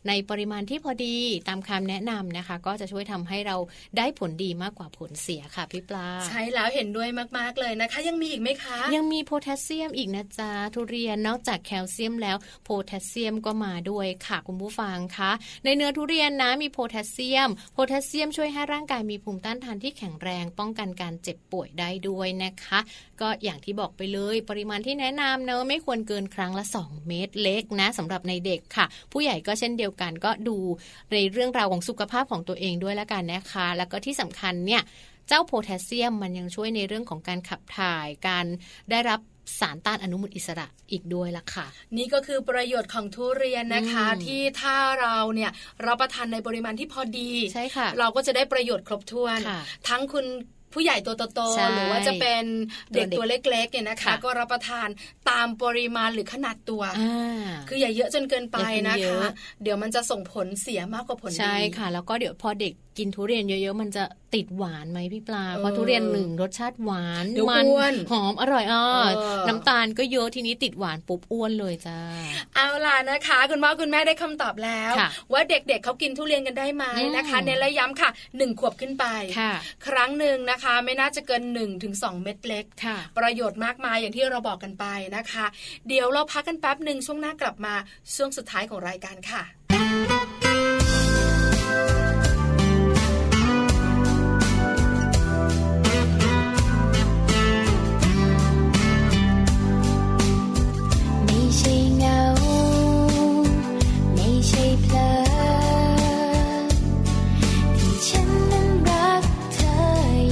Speaker 2: ในปริมาณที่พอดีตามคำแนะนำนะคะ ก็จะช่วยทำให้เราได้ผลดีมากกว่าผลเสียค่ะพี่ปลา
Speaker 3: ใช้แล้วเห็นด้วยมากๆเลยนะคะ ยังมีอีกไหมคะ
Speaker 2: ยังมีโพแทสเซียมอีกนะจ๊ะทุเรียนนอกจากแคลเซียมแล้วโพแทสเซียมก็มาด้วยค่ะคุณผู้ฟังคะในเนื้อทุเรียนนะมีโพแทสเซียมโพแทสเซียมช่วยให้ร่างกายมีภูมิต้านทานที่แข็งแรง ป้องกันการเจ็บป่วยได้ด้วยนะคะ ก็อย่างที่บอกไปเลยปริมาณที่แนะนำเนอะไม่ควรเกินครั้งละ 2 เม็ดเล็กนะสำหรับในเด็กค่ะ ผู้ใหญ่ก็เช่นเดียวกันก็ดูในเรื่องราวของสุขภาพของตัวเองด้วยละกันนะคะ แล้วก็ที่สำคัญเนี่ย เจ้าโพแทสเซียมมันยังช่วยในเรื่องของการขับถ่าย การได้รับสารต้านอนุมูลอิสระอีกด้วยล่ะค่ะ
Speaker 3: นี่ก็คือประโยชน์ของทุเรียนนะคะ
Speaker 2: อืม
Speaker 3: ที่ถ้าเราเนี่ยรับประทานในปริมาณที่พอดี
Speaker 2: ใช่ค่ะ
Speaker 3: เราก็จะได้ประโยชน์ครบถ้วน
Speaker 2: ค่ะ
Speaker 3: ทั้งคุณผู้ใหญ่ตัวโต
Speaker 2: ใช่
Speaker 3: ๆหรือว่าจะเป็นเด็ก
Speaker 2: ตัวเด็ก
Speaker 3: ตัวเล็กๆเนี่ยนะคะ
Speaker 2: ค่ะ
Speaker 3: ก็รับประทานตามปริมาณหรือขนาดตัว
Speaker 2: อ่า
Speaker 3: คืออย่าเยอะจนเกินไป
Speaker 2: อย่า
Speaker 3: นะ
Speaker 2: กินเย
Speaker 3: คะ
Speaker 2: อะ
Speaker 3: เดี๋ยวมันจะส่งผลเสียมากกว่าผลดี
Speaker 2: ใช่ค่ะ แล้วก็เดี๋ยวพอเด็กกินทุเรียนเยอะๆ มันจะติดหวานไหมพี่ปลา
Speaker 3: เออ
Speaker 2: เพราะทุเรียนหนึ่งรสชาติหวาน
Speaker 3: เดี๋ยว
Speaker 2: มั
Speaker 3: อ้วน
Speaker 2: หอมอร่อยอ่ะ
Speaker 3: เออ
Speaker 2: น้ำตาลก็เยอะทีนี้ติดหวานปุ๊บอ้วนเลยจ้า
Speaker 3: เอาล่ะนะคะ คุณพ่อคุณแม่ได้คำตอบแล้ว
Speaker 2: ค่ะ
Speaker 3: ว่าเด็กๆเขากินทุเรียนกันได้ไหมนะคะ
Speaker 2: อืม
Speaker 3: เน้นและย้ำค่ะหนึ่งขวบขึ้นไป
Speaker 2: ค่ะ
Speaker 3: ครั้งหนึ่งนะคะ ไม่น่าจะเกิน1นถึงสเม็ดเล็ก
Speaker 2: ค่ะ
Speaker 3: ประโยชน์มากมายอย่างที่เราบอกกันไปนะคะ เดี๋ยวเราพักกันแป๊บหนึ่งช่วงหน้ากลับมาช่วงสุดท้ายของรายการค่ะ
Speaker 6: ไม่ใช่เหงา ไม่ใช่เพลินที่ฉันนั้นรักเธอ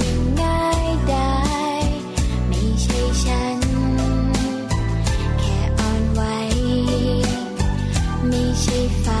Speaker 6: อย่างง่ายดายไม่ใช่ฉัน แค่อ่อนไหว ไม่ใช่ฟ้า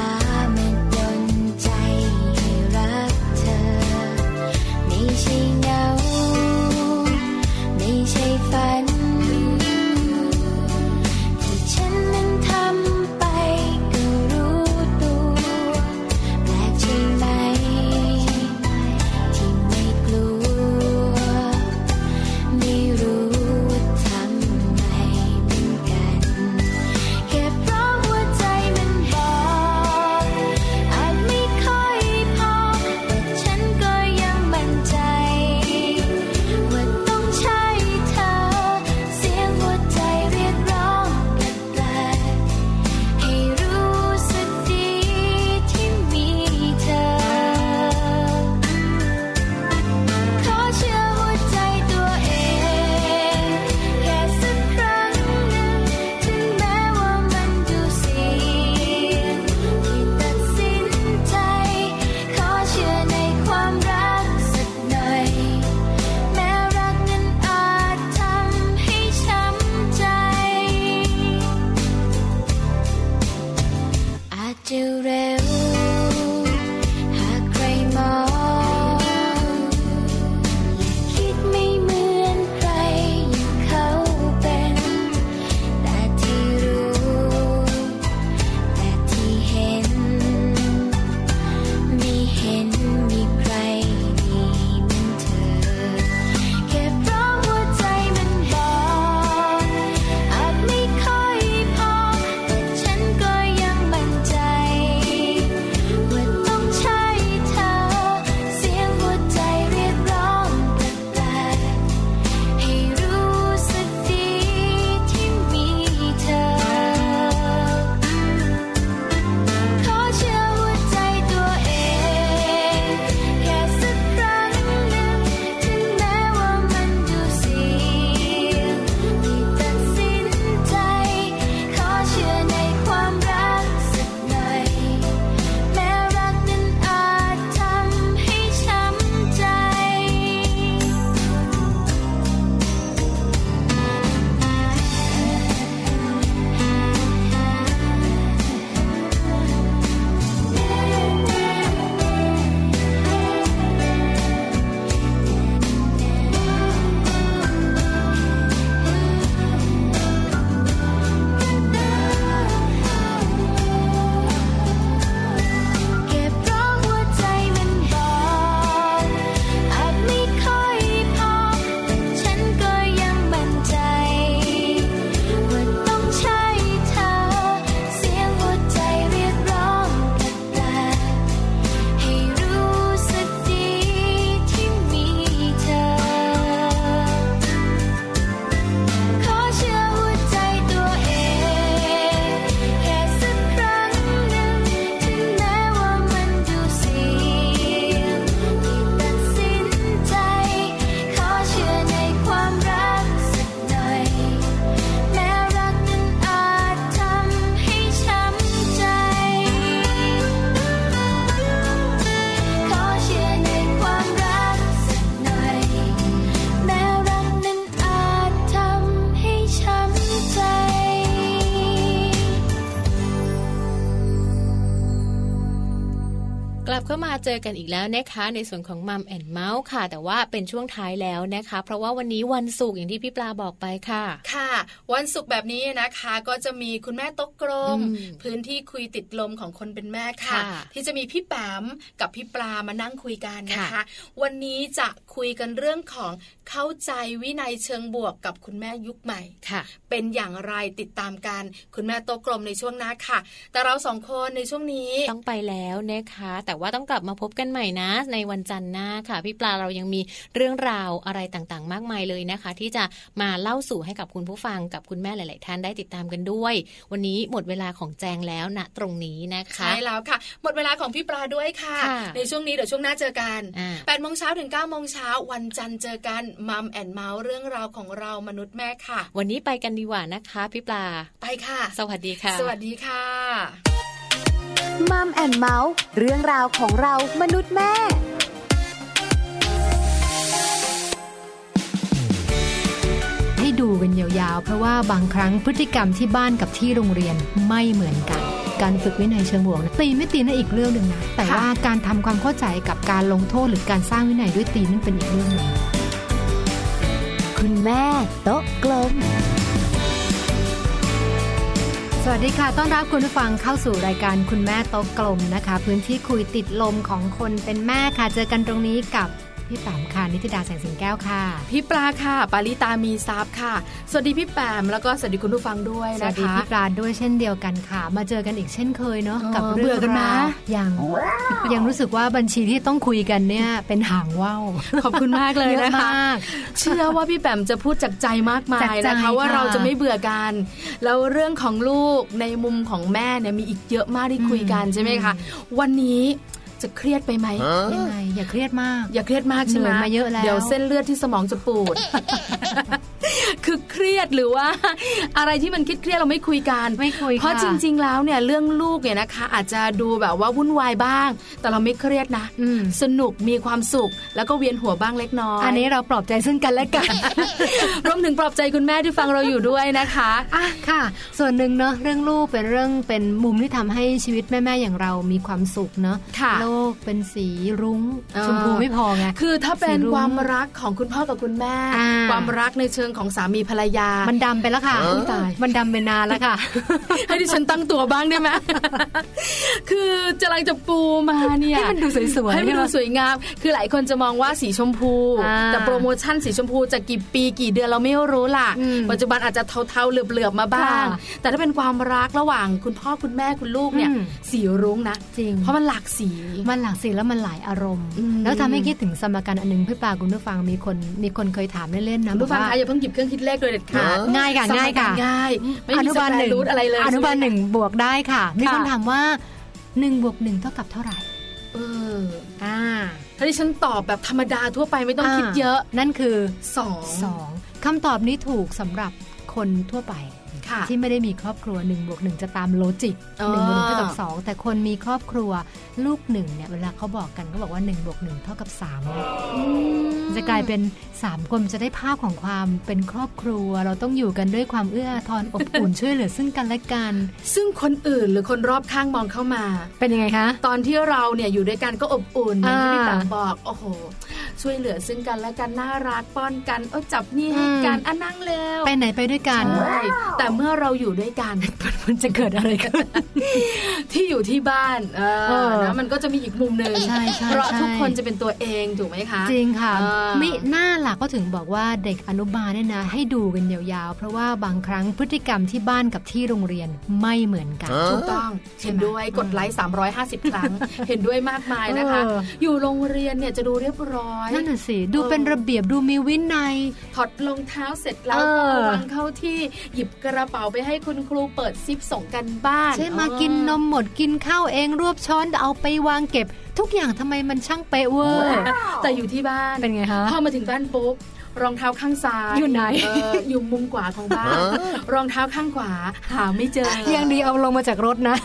Speaker 2: ลับเข้ามาเจอกันอีกแล้วนะคะในส่วนของมัมแอนเมาส์ค่ะ แต่ว่าเป็นช่วงท้ายแล้วนะคะ เพราะว่าวันนี้วันศุกร์อย่างที่พี่ปลาบอกไปค่ะ
Speaker 3: ค่ะ วันศุกร์แบบนี้นะคะก็จะมีคุณแม่ตกกลม
Speaker 2: อืม
Speaker 3: พื้นที่คุยติดลมของคนเป็นแม่ค่ะ
Speaker 2: ค่ะ
Speaker 3: ที่จะมีพี่แปมกับพี่ปลามานั่งคุยกันนะคะ วันนี้จะคุยกันเรื่องของเข้าใจวินัยเชิงบวกกับคุณแม่ยุคใหม่
Speaker 2: ค่ะ
Speaker 3: เป็นอย่างไรติดตามกัน คุณแม่โตะกลมในช่วงหน้าค่ะ แต่เราสองคนในช่วงนี้
Speaker 2: ต้องไปแล้วนะคะ แต่ว่าต้องกลับมาพบกันใหม่นะ ในวันจันทร์หน้าค่ะ พี่ปลาเรายังมีเรื่องราวอะไรต่างๆ มากมายเลยนะคะ ที่จะมาเล่าสู่ให้กับคุณผู้ฟังกับคุณแม่หลาย ๆ ท่านได้ติดตามกันด้วย วันนี้หมดเวลาของแจงแล้วณตรงนี้นะคะ
Speaker 3: ใช่แล้วค่ะ หมดเวลาของพี่ปลาด้วยค่ะ
Speaker 2: ค่ะ
Speaker 3: ในช่วงนี้เดี๋ยวช่วงหน้าเจอกัน
Speaker 2: อ่า
Speaker 3: 8โมงเช้าถึง9โมงเช้าวันจันทร์เจอกันมัมแอนเมาส์เรื่องราวของเรามนุษย์แม่ค่ะ
Speaker 2: วันนี้ไปกันดีกว่านะคะ พี่ปลา
Speaker 3: ไปค่ะ
Speaker 2: สวัสดีค่ะ
Speaker 3: สวัสดีค่ะ
Speaker 6: มัมแอนเมาส์เรื่องราวของเรามนุษย์แม่
Speaker 1: ให้ดูกันยาวๆ เพราะว่าบางครั้งพฤติกรรมที่บ้านกับที่โรงเรียนไม่เหมือนกัน การฝึกวินัยเชิงบวกนะตีไม่ตีนั่นอีกเรื่องหนึ่งนะ แต่ว่าการทำความเข้าใจกับการลงโทษหรือการสร้างวินัยด้วยตีนั่นเป็นอีกเรื่องหนึ่ง
Speaker 6: คุณแม่โต๊ะกลม
Speaker 1: สวัสดีค่ะ ต้อนรับคุณผู้ฟังเข้าสู่รายการคุณแม่โต๊ะกลมนะคะ พื้นที่คุยติดลมของคนเป็นแม่ค่ะ เจอกันตรงนี้กับพี่แปมค่ะนิติดาแสงสิงแก้วค่ะ
Speaker 3: พี่ปลาค่ะ ปาลิตามีซับค่ะ สวัสดีพี่แปมแล้วก็สวัสดีคุณผู้ฟังด้วย
Speaker 1: ส
Speaker 3: นะ
Speaker 1: วัสดี
Speaker 3: คะ
Speaker 1: พี่ปราณด้วยเช่นเดียวกันค่ะ มาเจอกันอีกเช่นเคยเนาะ
Speaker 3: เออ
Speaker 1: กับเรื่
Speaker 3: เบื่อกันนะ
Speaker 1: ราวยังยังรู้สึกว่าบัญชีที่ต้องคุยกันเนี่ยเป็นหางว่าว
Speaker 3: ขอบคุณมากเลย
Speaker 1: เยอะ
Speaker 3: นะคะ
Speaker 1: มาก
Speaker 3: เชื่อว่าพี่แปมจะพูดจากใจมากมา
Speaker 1: จาก
Speaker 3: ย
Speaker 1: ใจ
Speaker 3: นะคะ ว่า
Speaker 1: ค่ะ
Speaker 3: เราจะไม่เบื่อกัน แล้วเรื่องของลูกในมุมของแม่เนี่ยมีอีกเยอะมากที่คุยกันใช่ไหมคะวันนี้จะเครียดไปไหม
Speaker 1: ยังไงอย่าเครียดมาก
Speaker 3: อย่าเครียดมากใช่ไหม
Speaker 1: เหนื่อยมาเยอะแล้ว
Speaker 3: เดี๋ยวเส้นเลือดที่สมองจะปูด คือเครียดหรือว่า อะไรที่มันคิดเครียดๆเราไม่คุยกัน
Speaker 1: ไม่คุย
Speaker 3: เพราะจริงๆ แล้วเนี่ยเรื่องลูกเนี่ยนะคะ อาจจะดูแบบว่าวุ่นวายบ้าง แต่เราไม่เครียดนะ
Speaker 1: ๆอืม
Speaker 3: สนุกมีความสุข แล้วก็เวียนหัวบ้างเล็กน้อย
Speaker 1: อันนี้เราปลอบใจซึ่งกันและกัน
Speaker 3: รวมถึงปลอบใจคุณแม่ที่ฟังเราอยู่ด้วยนะคะ
Speaker 1: อ่ะค่ะ ส่วนหนึ่งเนาะเรื่องลูกเป็นเรื่องเป็นมุมที่ทำให้ชีวิตแม่ ๆ อย่างเรามีความสุขเนาะ
Speaker 3: ค่ะ
Speaker 1: โลกเป็นสีรุง้ง
Speaker 3: เออ
Speaker 1: ชมพูไม่พอไง
Speaker 3: คือถ้าเป็น
Speaker 1: สีรุ้ง
Speaker 3: ความรักของคุณพ่อกับคุณแม่
Speaker 1: อ่า
Speaker 3: ความรักในเชิงของสามีภรรยา
Speaker 1: มันดำไปแล้วค่ะ
Speaker 3: อุ๊ยตาย
Speaker 1: มันดำไปนานแล้วค่ะ
Speaker 3: ให้ดิฉันตั้งตัวบ้างได้ไหม คือจะลังจะปูมาเนี่ย
Speaker 1: ให้มันดูสวยๆ
Speaker 3: ให้มันดู
Speaker 1: ใช่ไหม
Speaker 3: สวยงาม คือหลายคนจะมองว่าสีชมพู
Speaker 1: อ่า
Speaker 3: แต่โปรโมชั่นสีชมพูจะกี่ปีกี่เดือนเราไม่รู้ล่ะ
Speaker 1: อืม
Speaker 3: ปัจจุบันอาจจะเทาๆเหลือบๆมาบ้าง
Speaker 1: ค่ะ
Speaker 3: แต่ถ้าเป็นความรักระหว่างคุณพ่อคุณแม่คุณลูกเนี่ย
Speaker 1: อืม
Speaker 3: สีรุ้งนะ
Speaker 1: จริง
Speaker 3: เพราะมันหลากสี
Speaker 1: มันหลากสีแล้วมันหลายอารมณ์
Speaker 3: อืม
Speaker 1: แล้วทำให้คิดถึงสมการอันหนึงพี่ปลาคุณผู้ฟังมีคนมีคนเคยถามเล่นๆนะ
Speaker 3: คุณผู้ฟั
Speaker 1: บ
Speaker 3: ง
Speaker 1: อก
Speaker 3: คะอ
Speaker 1: ว่า
Speaker 3: ย่าเพิ่งหยิบเครื่องคิดเลขโดยเด็ดขาด
Speaker 1: ง่ายค่ะ
Speaker 3: สำหรับ
Speaker 1: ง่ายค่ะ
Speaker 3: ง่ายไม่
Speaker 1: อ
Speaker 3: มี
Speaker 1: นุ
Speaker 3: ส
Speaker 1: บาลห
Speaker 3: แปร
Speaker 1: นึ่ง
Speaker 3: รูทอะไรเลย
Speaker 1: อนุบาลหนึ่งบวกได้ค่ะ มีคน
Speaker 3: ค่ะ
Speaker 1: ถามว่า1นงบวกหนึ่งเท่ากับเท่าไหร่
Speaker 3: เออ
Speaker 1: อ่า
Speaker 3: ถ้าดิฉันตอบแบบธรรมดาทั่วไปไม่ต้องคิดเยอะ
Speaker 1: นั่นคือ
Speaker 3: สอง
Speaker 1: สองคำตอบนี้ถูกสำหรับคนทั่วไป
Speaker 3: ค่ะ
Speaker 1: ที่ไม่ได้มีครอบครัว1นบวกหจะตามโลจิก
Speaker 3: อ๋
Speaker 1: 1
Speaker 3: อ
Speaker 1: นบวกหเท่ากับ 2 แต่คนมีครอบครัวลูก1เนี่ยเวลาเขาบอกกันก็บอกว่า1นบวกหเท่ากับ3นะจะกลายเป็น3คนจะได้ภาพของความเป็นครอบครัว เราต้องอยู่กันด้วยความเอื้ออาทรอบ อุ่น ช่วยเหลือซึ่งกันและกัน
Speaker 3: ซึ่งคนอื่นหรือคนรอบข้างมองเข้ามา
Speaker 1: เป็นยังไงคะ
Speaker 3: ตอนที่เราเนี่ยอยู่ด้วยกันก็อบอุ่นอ
Speaker 1: อ่า
Speaker 3: ย่างที่พี่ตังบอกโอ้โห ช่วยเหลือซึ่งกันและกันน่ารักป้อนกันเอ้ยจับนี่ให้
Speaker 1: อืม
Speaker 3: กันอ่ะนั่งเร็ว
Speaker 1: ไปไหนไปด้วยกัน
Speaker 3: ใช่แต่เมื่อเราอยู่ด้วยกัน
Speaker 1: มันจะเกิดอะไรขึ้น
Speaker 3: ที่อยู่ที่บ้านเออ
Speaker 1: เออ
Speaker 3: นะมันก็จะมีอีกมุมหนึ่ง
Speaker 1: ใช่ใช่
Speaker 3: เพราะ
Speaker 1: ใช่
Speaker 3: ทุกคนจะเป็นตัวเองถูกไหมคะ
Speaker 1: จริงค่ะ
Speaker 3: อ่ามิ
Speaker 1: มิหน้าหลักก็ถึงบอกว่าเด็กอนุบาลเนี่ยนะให้ดูกันยาวๆ เพราะว่าบางครั้งพฤติกรรมที่บ้านกับที่โรงเรียนไม่เหมือนกัน
Speaker 3: ถูกต้องเห็นด้วยกดไลค์350 ครั้ง เห็นด้วยมากมายนะคะ
Speaker 1: เออ
Speaker 3: อยู่โรงเรียนเนี่ยจะดูเรียบร้อย
Speaker 1: นั่นน่ะสิ ดูเป็นระเบียบดูมีวินัย
Speaker 3: ถอดรองเท้าเสร็จแล้ว
Speaker 1: เออ
Speaker 3: ก็วางเข้าที่หยิบกระเป๋าไปให้คุณครูเปิดซิปส่งกันบ้าน
Speaker 1: ใช่มา
Speaker 3: เออ
Speaker 1: กินนมหมดกินข้าวเองรวบช้อนเอาไปวางเก็บ ทุกอย่างทำไมมันช่างเป๊ะเวอร์
Speaker 3: แต่อยู่ที่บ้าน
Speaker 1: เป็นไงคะ
Speaker 3: พอมาถึงบ้านปุ๊บรองเท้าข้างซ้าย
Speaker 1: อยู่ไหน
Speaker 3: เอออยู่มุมขวาของบ้าน รองเท้าข้างขวาหาไม่เจอ
Speaker 1: ยังดีเอาลงมาจากรถนะ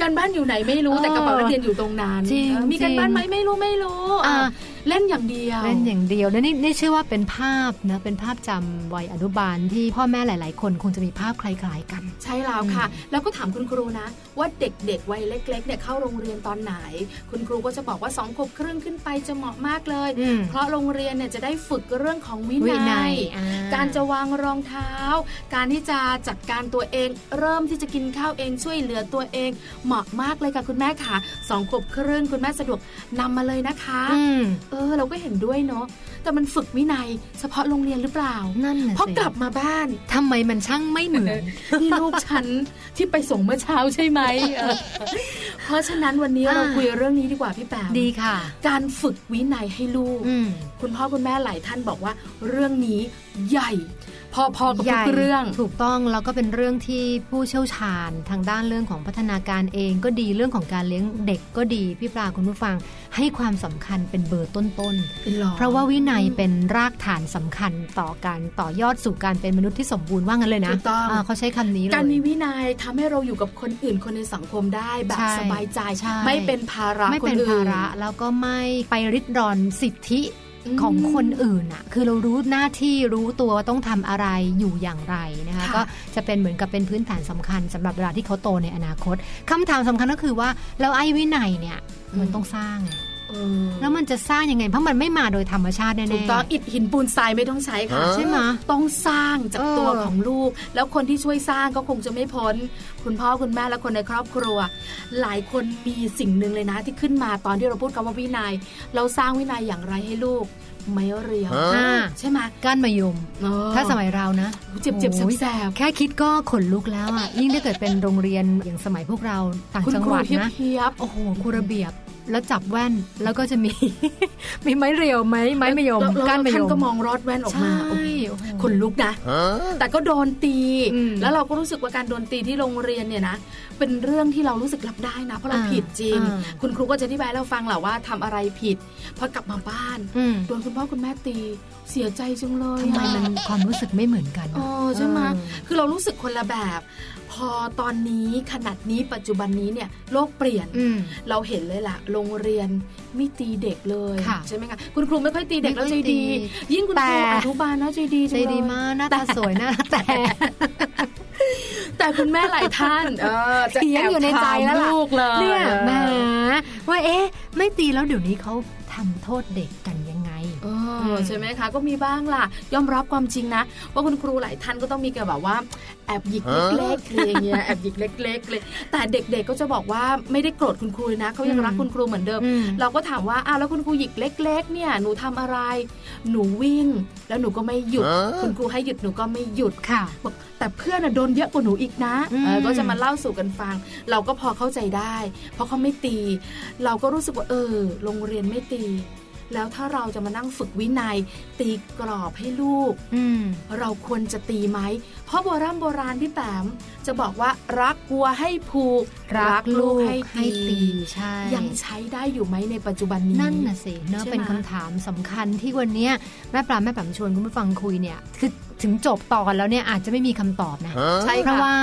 Speaker 3: การบ้านอยู่ไหนไม่รู้
Speaker 1: เออ
Speaker 3: แต่กระเป๋านักเรียนอยู่ตรงนั้น
Speaker 1: จริง
Speaker 3: เออ
Speaker 1: จ
Speaker 3: มี
Speaker 1: ริง
Speaker 3: การบ้านไหมไม่รู้ไม่รู้
Speaker 1: อ่า
Speaker 3: อ่ะ เล่นอย่างเดียว
Speaker 2: เล่นอย่างเดียวแล้วนี่นี่เชื่อว่าเป็นภาพนะเป็นภาพจำวัยอนุบาลที่พ่อแม่หลาย ๆ คนคงจะมีภาพคล้ายๆกัน
Speaker 3: ใช่แล้วค่ะ แล้วก็ถามคุณครูนะ ว่าเด็กๆวัยเล็กๆเนี่ยเข้าโรงเรียนตอนไหน คุณครูก็จะบอกว่าสองขวบครึ่งขึ้นไปจะเหมาะมากเลย
Speaker 2: อืม
Speaker 3: เพราะโรงเรียนเนี่ยจะได้ฝึกเรื่องของวิ
Speaker 2: วิ
Speaker 3: นัย
Speaker 2: นัยอ่
Speaker 3: การจะวางรองเท้า การที่จะจัดการตัวเอง เริ่มที่จะกินข้าวเองช่วยเหลือตัวเอง เหมาะมากเลยค่ะคุณแม่ค่ะสองขวบครึ่งคุณแม่สะดวกนำมาเลยนะคะ
Speaker 2: อืม
Speaker 3: เออเราก็เห็นด้วยเนาะแต่มันฝึกวินัย เฉพาะโรงเรียนหรือเปล่า
Speaker 2: นั่นน่ะ
Speaker 3: พอ
Speaker 2: สิ
Speaker 3: กลับมาบ้าน
Speaker 2: ทำไมมันช่างไม่เหมือน
Speaker 3: นี่ลูกฉันที่ไปส่งเมื่อเช้าใช่ไหมเออเพราะฉะนั้นวันนี้
Speaker 2: อ่า
Speaker 3: เราคุยเรื่องนี้ดีกว่าพี่แปม
Speaker 2: ดีค่ะ
Speaker 3: การฝึกวินัยให้ลูก
Speaker 2: อืม
Speaker 3: คุณพ่อคุณแม่หลายท่านบอกว่า เรื่องนี้ใหญ่ พอๆกับ
Speaker 2: ให
Speaker 3: ทุ
Speaker 2: ญ่
Speaker 3: กเรื่อง
Speaker 2: ถูกต้องแล้วก็เป็นเรื่องที่ผู้เชี่ยวชาญทางด้านเรื่องของพัฒนาการเองก็ดีเรื่องของการเลี้ยงเด็กก็ดีพี่ปลาคุณผู้ฟังให้ความสำคัญเป็นเบอร์ต้นๆ
Speaker 3: เป็นหรอ
Speaker 2: เพราะว่าวินัยเป็นรากฐานสำคัญต่อการต่อยอดสู่การเป็นมนุษย์ที่สมบูรณ์ว่างั้นเลยนะ
Speaker 3: ถูกต้อง
Speaker 2: อ่าเขาใช้คำนี้เล
Speaker 3: การมี
Speaker 2: ย
Speaker 3: วินัยทำให้เราอยู่กับคนอื่นคนในสังคมได้แบบ
Speaker 2: ใช่
Speaker 3: สบายใจ
Speaker 2: ใช่
Speaker 3: ไม่เป็นภาระ
Speaker 2: ไม่
Speaker 3: ค
Speaker 2: เป็น นภา
Speaker 3: อื่
Speaker 2: น ระแล้วก็ไม่ไปริดรอนสิทธิ
Speaker 3: ม
Speaker 2: ของคนอื่นอะคือเรารู้หน้าที่รู้ตัวว่าต้องทำอะไรอยู่อย่างไรนะคะ
Speaker 3: ค่ะ
Speaker 2: ก็จะเป็นเหมือนกับเป็นพื้นฐานสำคัญสำหรับเวลาที่เขาโตในอนาคตคำถามสำคัญก็คือว่าแล้วไอ้วินัยเนี่ยมันต้องสร้างไง
Speaker 3: เออ
Speaker 2: แล้วมันจะสร้างยังไงเพราะมันไม่มาโดยธรรมชาติแน่ๆ
Speaker 3: ถูกต้องอิฐหินปูนทรายไม่ต้องใช้ค่ะ
Speaker 2: ใช่ไหม
Speaker 3: ต้องสร้างจาก
Speaker 2: เออ
Speaker 3: ตัวของลูก แล้วคนที่ช่วยสร้างก็คงจะไม่พ้น คุณพ่อคุณแม่และคนในครอบครัว หลายคนมีสิ่งหนึ่งเลยนะที่ขึ้นมาตอนที่เราพูดคำว่าวินัย เราสร้างวินัยอย่างไรให้ลูก ไม่เรียว
Speaker 2: อ่า
Speaker 3: ใช่ไหม
Speaker 2: ก้านมะยม
Speaker 3: เออ
Speaker 2: ถ้าสมัยเรานะ
Speaker 3: เจ็บเจ็บ
Speaker 2: โอ้ย
Speaker 3: แสบ
Speaker 2: แค่คิดก็ขนลุกแล้วอ่ะ ยิ่งถ้าเกิดเป็นโรงเรียนอย่างสมัยพวกเราต่าง
Speaker 3: ๆคุณ
Speaker 2: จัง
Speaker 3: ค
Speaker 2: ห
Speaker 3: รู
Speaker 2: วัด
Speaker 3: เพียบ
Speaker 2: นะ
Speaker 3: เพียบ
Speaker 2: โอ้โหครูระเบียบแล้วจับแว่นแล้วก็จะ มี มีไม้เรียวไหมไม้มะยม
Speaker 3: แล้วแล้ว
Speaker 2: ก้านมะย
Speaker 3: ท่าม นก็มองรอดแว่นออก
Speaker 2: ใช่
Speaker 3: มาโอ้โห
Speaker 2: โอ้โห
Speaker 3: ขนลุกนะ แต่ก็โดนตี
Speaker 2: อืม
Speaker 3: แล้วเราก็รู้สึกว่าการโดนตีที่โรงเรียนเนี่ยนะ เป็นเรื่องที่เรารู้สึกรับได้นะ เพราะเรา
Speaker 2: อ่า
Speaker 3: ผิดจริง
Speaker 2: อ่า
Speaker 3: คุณครูก็จะอธิบายให้เราฟังแหละว่าทำอะไรผิด พอกลับมาบ้าน
Speaker 2: อืม
Speaker 3: โดนคุณพ่อคุณแม่ตี เสียใจจังเลย
Speaker 2: ทำไม
Speaker 3: อะ
Speaker 2: มันความรู้สึกไม่เหมือนกัน
Speaker 3: เออใช่ไหมคือเรารู้สึกคนละแบบ พอตอนนี้ขนาดนี้ปัจจุบันนี้เนี่ยโลกเปลี่ยน
Speaker 2: อืม
Speaker 3: เราเห็นเลยล่ะ โรงเรียนไม่ตีเด็กเลย
Speaker 2: ค่ะ
Speaker 3: ใช่ไหมคะคุณครูไม่ค่อยตีเด็ก
Speaker 2: ไม่
Speaker 3: แล้ว
Speaker 2: ค่
Speaker 3: ใจ
Speaker 2: อยตี
Speaker 3: ดี ยิ่งคุณครู
Speaker 2: แต่
Speaker 3: อนุบาลนะใจดี
Speaker 2: ใจ
Speaker 3: งเลย
Speaker 2: ดีมากหน้าตาสวยหน้าแต่
Speaker 3: แต่คุณแม่หลายท่านเออจะ
Speaker 2: เถียงอยู่ในใจแล้วล่ะ
Speaker 3: อบถามลูกเลย
Speaker 2: เนี่ยแหม
Speaker 3: แม่
Speaker 2: ว่าเอ๊ะ ไม่ตีแล้วเดี๋ยวนี้เขาทำโทษเด็กกันยังไง
Speaker 3: เออใช่ไหมคะ ก็มีบ้างล่ะ ยอมรับความจริงนะ ว่าคุณครูหลายท่านก็ต้องมีแกแบบว่า แอบหยิกเล็กๆอะไรอย่างเงี้ยแอบหยิกเล็กๆเลยแต่เด็กๆก็จะบอกว่าไม่ได้โกรธคุณครูนะ เขายัง
Speaker 2: อืม
Speaker 3: รักคุณครูเหมือนเดิม
Speaker 2: อืม
Speaker 3: เราก็ถามว่าอ้าวแล้วคุณครูหยิกเล็ก ๆ เนี่ยหนูทำอะไร หนูวิ่ง แล้วหนูก็ไม่หยุด คุณครูให้หยุดหนูก็ไม่หยุด
Speaker 2: ค่ะ
Speaker 3: บอกแต่เพื่อนอะโดนเยอะกว่าหนูอีกนะ
Speaker 2: อืม
Speaker 3: เออก็จะมาเล่าสู่กันฟัง เราก็พอเข้าใจได้ เพราะเขาไม่ตี เราก็รู้สึกว่าเออ โรงเรียนไม่ตี แล้วถ้าเราจะมานั่งฝึกวินัย ตีกรอบให้ลูก
Speaker 2: อืม
Speaker 3: เราควรจะตีไหม เพราะโบราณโบราณพี่แปมจะบอกว่ารักวัวให้ผูก
Speaker 2: รักลูกให้
Speaker 3: ให้
Speaker 2: ตี
Speaker 3: ตี
Speaker 2: ใช่
Speaker 3: ยังใช้ได้อยู่ไหมในปัจจุบันนี้
Speaker 2: นั่นน่ะสิเนอะ
Speaker 3: ใช่ไหม
Speaker 2: เป็นคำถามสำคัญที่วันเนี้ยแม่ปลาแม่แปมชวนคุณผู้ฟังคุยเนี่ยคือถึงจบตอนแล้วเนี่ยอาจจะไม่มีคำตอบนะ
Speaker 3: ใช่
Speaker 2: เพ
Speaker 3: ค่
Speaker 2: ราะว่า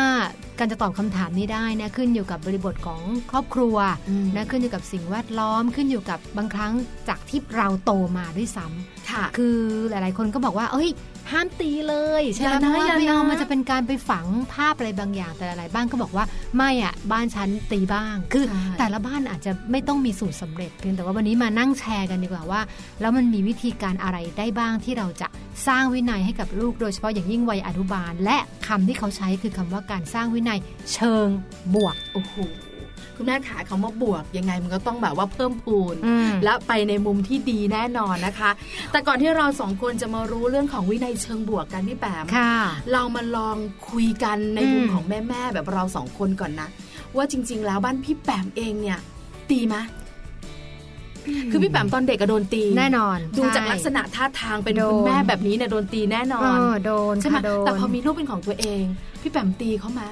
Speaker 2: การจะตอบคำถามนี้ได้นะขึ้นอยู่กับบริบทของครอบครัว
Speaker 3: อืม
Speaker 2: นะขึ้นอยู่กับสิ่งแวดล้อมขึ้นอยู่กับบางครั้งจากที่เราโตมาด้วยซ้ำ
Speaker 3: ค่ะ
Speaker 2: คือหลาย ๆ คนก็บอกว่า เอ้ย ห้ามตีเลยใช่ไหม
Speaker 3: อย่านะ
Speaker 2: เพราะ
Speaker 3: อ
Speaker 2: ว่า
Speaker 3: ย่านะ
Speaker 2: ไม่เอามันจะเป็นการไปฝังภาพอะไรบางอย่างแต่หลาย ๆ บ้านก็บอกว่าไม่อ่ะบ้านฉันตีบ้างคือ
Speaker 3: ใช่
Speaker 2: แต่ละบ้านอาจจะไม่ต้องมีสูตรสำเร็จเพียงแต่ว่าวันนี้มานั่งแชร์กันดีกว่าว่า แล้วมันมีวิธีการอะไรได้บ้างที่เราจะสร้างวินัยให้กับลูกโดยเฉพาะอย่างยิ่งวัยอนุบาล และคำที่เขาใช้คือคำว่าการสร้างวินัยเชิงบวก
Speaker 3: โอ้โหคุณแม่ขาคำว่าบวกยังไงมันก็ต้องแบบว่าเพิ่มพูน
Speaker 2: และ
Speaker 3: และไปในมุมที่ดีแน่นอนนะคะ แต่ก่อนที่เราสองคนจะมารู้เรื่องของวินัยเชิงบวกกันพี่แปม
Speaker 2: ค่ะ
Speaker 3: เรามาลองคุยกันในมุม
Speaker 2: อืม
Speaker 3: ของแม่ๆแบบเราสองคนก่อนนะ ว่าจริง ๆ แล้วบ้านพี่แปมเองเนี่ย ตีมะคือพี่แปมตอนเด็กก็โดนตี
Speaker 2: แน่นอน
Speaker 3: ดูจาก
Speaker 2: ใช่
Speaker 3: ลักษณะท่าทางเป็น
Speaker 2: โดน
Speaker 3: คุณแม่แบบนี้เนี่ยโดนตีแน่นอ
Speaker 2: เอน อโดน
Speaker 3: ใช่ไหม
Speaker 2: ค่ะโดน
Speaker 3: แต่พอมีลูกเป็นของตัวเอง พี่แปมตีเขามา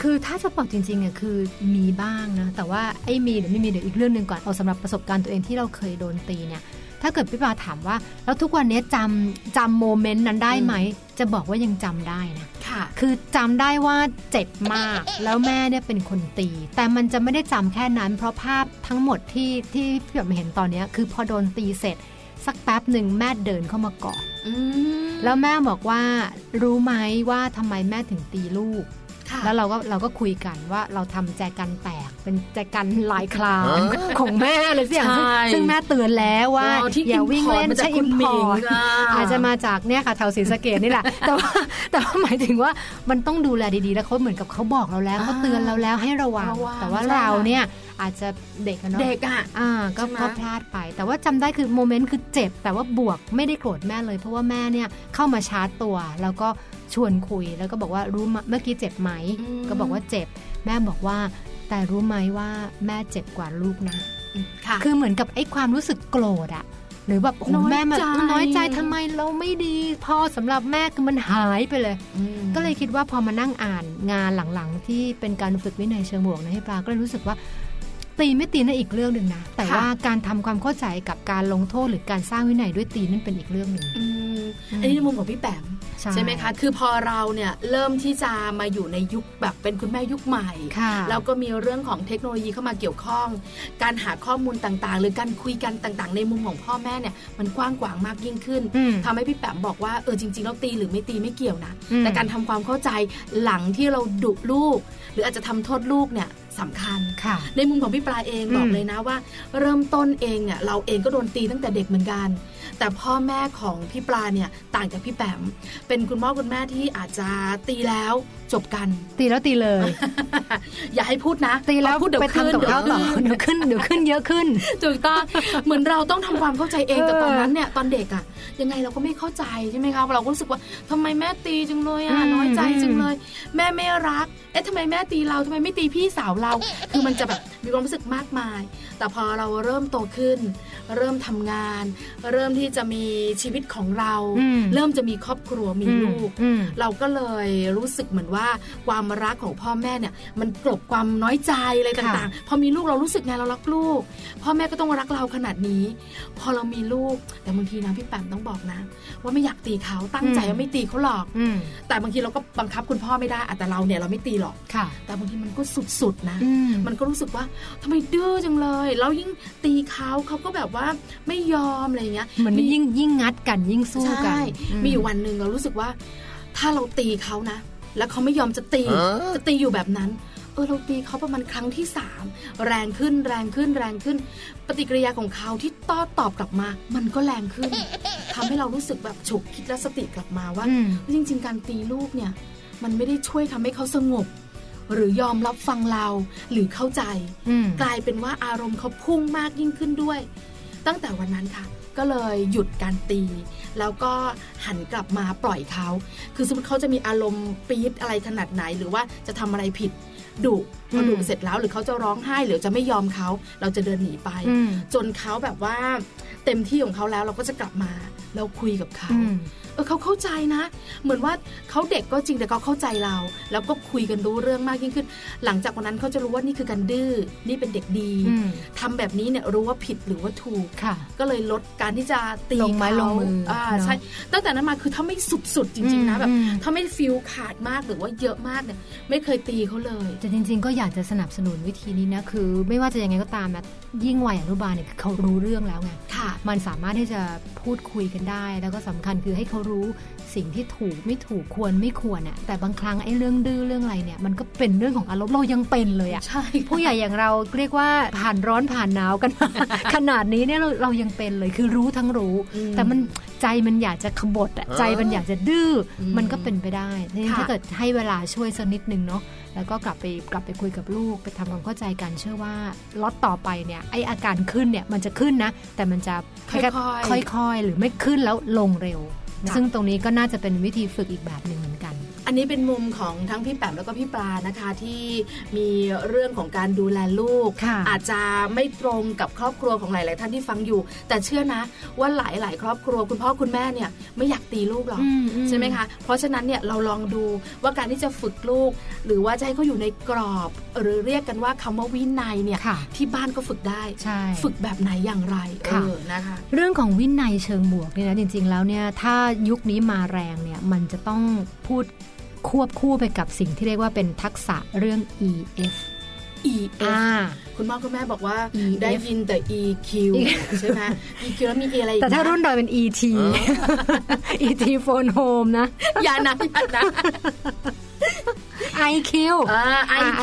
Speaker 2: คือถ้าจะบอกจริงๆอ่ะคือมีบ้างนะ แต่ว่าไอ้มีหรือไม่มีเดี๋ยวอีกเรื่องหนึ่งก่อนเอาสำหรับประสบการณ์ตัวเองที่เราเคยโดนตีเนี่ย ถ้าเกิดพี่ปาถามว่า แล้วทุกวันนี้จำจำโมเมนต์นั้นได้ไหม จะบอกว่ายังจำได้นะ
Speaker 3: ค่ะ
Speaker 2: คือจำได้ว่าเจ็บมาก แล้วแม่เนี่ยเป็นคนตี แต่มันจะไม่ได้จำแค่นั้น เพราะภาพทั้งหมดที่ที่พี่แบบเห็นตอนเนี้ยคือพอโดนตีเสร็จ สักแป๊บหนึ่งแม่เดินเข้ามากอด
Speaker 3: อืม
Speaker 2: แล้วแม่บอกว่ารู้ไหมว่าทำไมแม่ถึงตีลูก
Speaker 3: ค่ะ
Speaker 2: แล้วเราก็เราก็คุยกันว่าเราทำแจกันแตกเป็นแจกันลายคลานของแม่เลยสิอย่างซึ่ง
Speaker 3: ใช่
Speaker 2: ซึ่งแม่เตือนแล้วว่า
Speaker 3: อ๋อที่
Speaker 2: อย่าวิ่งเล่น
Speaker 3: มัจะ
Speaker 2: ใช้
Speaker 3: คุ
Speaker 2: อิ
Speaker 3: ณ
Speaker 2: ม
Speaker 3: ห
Speaker 2: พ
Speaker 3: มิ
Speaker 2: อง ร์ต อาจจะมาจากเนี่ยค่ะแถวศรีสะเกด นี่แหละ แต่ว่าแต่ว่าหมายถึงว่ามันต้องดูแลดีๆ แล้วเขาเหมือนกับเขาบอกเราแล้วเขาเตือนเราแล้วให้ระวัง
Speaker 3: ระวัง
Speaker 2: แต่ว่า
Speaker 3: ใช่
Speaker 2: เราเนี่ยอาจจะเด็กอะเนาะ
Speaker 3: เด็กอ่ะ
Speaker 2: อ่าก็
Speaker 3: ใช่ไหม
Speaker 2: ก็พลาดไป แต่ว่าจำได้คือโมเมนต์คือเจ็บ แต่ว่าบวกไม่ได้โกรธแม่เลย เพราะว่าแม่เนี่ยเข้ามาชาร์จตัว แล้วก็ชวนคุยแล้วก็บอกว่ารู้มะเมื่อกี้เจ็บไหม ก็บอกว่าเจ็บ แม่บอกว่า แต่รู้ไหมว่าแม่เจ็บกว่าลูกนะ
Speaker 3: ค่ะ
Speaker 2: คือเหมือนกับไอ้ความรู้สึกโกรธอะหรือแบบโอ้โห
Speaker 3: น้อย
Speaker 2: แม่มา
Speaker 3: ใจ
Speaker 2: น้อยใจทำไมเราไม่ดี พอสำหรับแม่คือมันหายไปเลย
Speaker 3: ม
Speaker 2: ก็เลยคิดว่าพอมานั่งอ่านงานหลังๆ ที่เป็นการฝึกวินัยเชิงบวกนะให้ปลาก็เลยรู้สึกว่า ตีไม่ตีนั่นอีกเรื่องหนึ่งนะ แต่
Speaker 3: ค่ะ
Speaker 2: ว่าการทำความเข้าใจกับการลงโทษหรือการสร้างวินัยด้วยตีนั่นเป็นอีกเรื่องหนึ่ง
Speaker 3: อืมอันนี้ในมุมของพี่แปม
Speaker 2: ใช่
Speaker 3: ใช่ไหมคะ คือพอเราเนี่ยเริ่มที่จะมาอยู่ในยุคแบบเป็นคุณแม่ยุคใหม่
Speaker 2: ค่ะ
Speaker 3: แล้วก็มีเรื่องของเทคโนโลยีเข้ามาเกี่ยวข้อง การหาข้อมูลต่างๆ หรือการคุยกันต่างๆ ในมุมของพ่อแม่เนี่ยมันกว้างกวางมากยิ่งขึ้น
Speaker 2: อืม
Speaker 3: ทำให้พี่แปมบอกว่าเออจริงๆแล้วตีหรือไม่ตีไม่เกี่ยวนะ
Speaker 2: อืม
Speaker 3: แต่การทำความเข้าใจหลังที่เราดุลูก หรืออาจจะทำโทษลูกเนี่ยสำคัญ
Speaker 2: ค่ะ
Speaker 3: ในมุมของพี่ปลาเอง
Speaker 2: อืม
Speaker 3: บอกเลยนะว่า เริ่มต้นเองเนี่ยเราเองก็โดนตีตั้งแต่เด็กเหมือนกัน แต่พ่อแม่ของพี่ปลาเนี่ยต่างจากพี่แปมเป็นคุณพ่อคุณแม่ที่อาจจะตีแล้วจบกัน
Speaker 2: ตีแล้วตีเลย
Speaker 3: อย่าให้พูดนะ
Speaker 2: ตีแล้ว
Speaker 3: เพราะพูดเดี๋ยว
Speaker 2: ไป
Speaker 3: ขึ้
Speaker 2: ทำ
Speaker 3: น
Speaker 2: กับ
Speaker 3: เดี๋ยว
Speaker 2: ข้าวต่อ
Speaker 3: ขึ้น
Speaker 2: เดี๋ยวขึ้นเดี๋ยวขึ้นเยอะขึ้น
Speaker 3: ถูกต้องเหมือนเราต้องทำความเข้าใจเอง
Speaker 2: เออ
Speaker 3: แต่ตอนนั้นเนี่ยตอนเด็กอะยังไงเราก็ไม่เข้าใจใช่ไหมคะเราก็รู้สึกว่าทำไมแม่ตีจังเลยอะน้อยใจจังเลย แม่ไม่รัก เอ๊ะทำไมแม่ตีเราทำไมไม่ตีพี่สาวเรา คือมันจะแบบมีความรู้สึกมากมาย แต่พอเราเริ่มโตขึ้น เริ่มทำงาน เริ่มที่จะมีชีวิตของเรา
Speaker 2: อืม
Speaker 3: เริ่มจะมีครอบครัวมีลูก
Speaker 2: อืม
Speaker 3: เราก็เลยรู้สึกเหมือนว่าความรักของพ่อแม่เนี่ย มันกลบความน้อยใจอะไรต่างๆ พอมีลูกเรารู้สึกไงเรารักลูก พ่อแม่ก็ต้องรักเราขนาดนี้ พอเรามีลูกแต่บางทีนะพี่แปมต้องบอกนะ ว่าไม่อยากตีเขาตั้งใจ
Speaker 2: อืม
Speaker 3: ว่าไม่ตีเขาหรอก
Speaker 2: อืม
Speaker 3: แต่บางทีเราก็บังคับคุณพ่อไม่ได้อ่ะแต่เราเนี่ยเราไม่ตีหรอก
Speaker 2: ค่ะ
Speaker 3: แต่บางทีมันก็สุดๆนะ
Speaker 2: อืม
Speaker 3: มันก็รู้สึกว่าทำไมดื้อจังเลยแล้วยิ่งตีเขาเขาก็แบบว่าไม่ยอมอะไรอย่างเงี้ย
Speaker 2: เหมือนยิ่งยิ่งงัดกันยิ่งสู้กัน
Speaker 3: ใช่
Speaker 2: อื
Speaker 3: มีอยู่วันหนึ่งเรารู้สึกว่า ถ้าเราตีเขานะ แล้วเขาไม่ยอมจะตี จะตีอยู่แบบนั้น เออเราตีเขาประมาณครั้งที่สามแรงขึ้นแรงขึ้นแรงขึ้น ปฏิกิริยาของเขาที่โต้อตอบกลับมา มันก็แรงขึ้นทำให้เรารู้สึกแบบฉุกคิดและสติกลับมาว่า
Speaker 2: อืม
Speaker 3: จริง ๆ การตีลูกเนี่ย มันไม่ได้ช่วยทำให้เขาสงบ หรือยอมรับฟังเราหรือเข้าใจ
Speaker 2: อืม
Speaker 3: กลายเป็นว่าอารมณ์เขาพุ่งมากยิ่งขึ้นด้วย ตั้งแต่วันนั้นค่ะ ก็เลยหยุดการตี แล้วก็หันกลับมาปล่อยเขา คือสมมติเขาจะมีอารมณ์ปี๊ดอะไรขนาดไหน หรือว่าจะทำอะไรผิดดุพออ
Speaker 2: ม
Speaker 3: ดุเสร็จแล้วหรือเขาจะร้องไห้หรือจะไม่ยอมเขา เราจะเดินหนีไป
Speaker 2: อืม
Speaker 3: จนเขาแบบว่า เต็มที่ของเขาแล้วเราก็จะกลับมาแล้วคุยกับเขา
Speaker 2: อืม
Speaker 3: เออเขาเข้าใจนะ เหมือนว่าเขาเด็กก็จริงแต่เขาเข้าใจเรา แล้วก็คุยกันรู้เรื่องมากยิ่งขึ้น หลังจากวันนั้นเขาจะรู้ว่านี่คือการดื้อนี่เป็นเด็กดี
Speaker 2: อืม
Speaker 3: ทำแบบนี้เนี่ยรู้ว่าผิดหรือว่าถูก
Speaker 2: ค่ะ
Speaker 3: ก็เลยลดการที่จะตี
Speaker 2: ลงไม้
Speaker 3: เขา
Speaker 2: ลงมืออ่
Speaker 3: า
Speaker 2: เนอะ
Speaker 3: ใช่ตั้งแต่นั้นมาคือถ้าไม่สุดๆจริงๆนะ
Speaker 2: อืม
Speaker 3: แบบ
Speaker 2: อืม
Speaker 3: ถ้าไม่ฟิลขาดมากหรือว่าเยอะมากเนี่ยไม่เคยตีเขาเลย
Speaker 2: แต่จริง ๆ ก็อยากจะสนับสนุนวิธีนี้นะ คือ ไม่ว่าจะยังไงก็ตามนะ ยิ่งวัยอนุบาลเนี่ยคือเขารู้เรื่องแล้วไง
Speaker 3: ค่ะ
Speaker 2: มันสามารถที่จะพูดคุยกันได้ แล้วก็สำคัญคือให้เขารู้สิ่งที่ถูกไม่ถูกควรไม่ควรน่ะแต่บางครั้งไอ้เรื่องดื้อเรื่องอะไรเนี่ยมันก็เป็นเรื่องของอารมณ์เรายังเป็นเลยอะ
Speaker 3: ใช่
Speaker 2: ผู้ใหญ่อย่างเราเรียกว่าผ่านร้อนผ่านหนาวกันมา ขนาดนี้เนี่ยเราเรายังเป็นเลยคือรู้ทั้งรู้ แต่มันใจมันอยากจะขบฏอะใจมันอยากจะดื้ออ
Speaker 3: ม
Speaker 2: มันก็เป็นไปได้ทีนี้
Speaker 3: ค่ะ
Speaker 2: ถ้าเกิดให้เวลาช่วยสักนิดนึงเนาะแล้วก็กลับไปกลับไปคุยกับลูกไปทำความเข้าใจกันเชื่อว่าล็อตต่อไปเนี่ยไออาการขึ้นเนี่ยมันจะขึ้นนะ แต่มันจะ
Speaker 3: ค่อยๆ
Speaker 2: ค่อยๆ หรือไม่ขึ้นแล้วลงเร็ว
Speaker 3: ค่ะ
Speaker 2: ซึ่งตรงนี้ก็น่าจะเป็นวิธีฝึกอีกแบบหนึ่งเหมือนกัน
Speaker 3: อันนี้เป็นมุมของทั้งพี่แปมแล้วก็พี่ปลานะคะ ที่มีเรื่องของการดูแลลูก
Speaker 2: ค่ะ
Speaker 3: อาจจะไม่ตรงกับครอบครัวของหลาย ๆ ท่านที่ฟังอยู่ แต่เชื่อนะว่าหลาย ๆ ครอบครัวคุณพ่อคุณแม่เนี่ยไม่อยากตีลูกหรอก
Speaker 2: อืมอืม
Speaker 3: ใช่ไหมคะเพราะฉะนั้นเนี่ยเราลองดูว่าการที่จะฝึกลูก หรือว่าจะให้เขาอยู่ในกรอบ หรือเรียกกันว่าคำว่าวินัยเนี่ย
Speaker 2: ค่ะ
Speaker 3: ที่บ้านก็ฝึกได้
Speaker 2: ใช่
Speaker 3: ฝึกแบบไหนอย่างไรเอ
Speaker 2: ค่ะ
Speaker 3: อนะคะ
Speaker 2: เรื่องของวินัยเชิงบวกเนี่ยนะจริง ๆ แล้วเนี่ยถ้ายุคนี้มาแรงเนี่ยมันจะต้องพูดควบคู่ไปกับสิ่งที่เรียกว่าเป็นทักษะเรื่อง EF
Speaker 3: E
Speaker 7: อ่า
Speaker 3: F คุณพ่อคุณแม่บอกว่า
Speaker 7: E F
Speaker 3: ได้ยินแต่ E Q ใช่ไหม E Q แล้วมี E อะไรอีกะ
Speaker 7: แต่ถ้ารุ่นดอยเป็น ET ET phone home นะ
Speaker 3: อย่านะอย่านะ
Speaker 7: IQ
Speaker 3: อ่า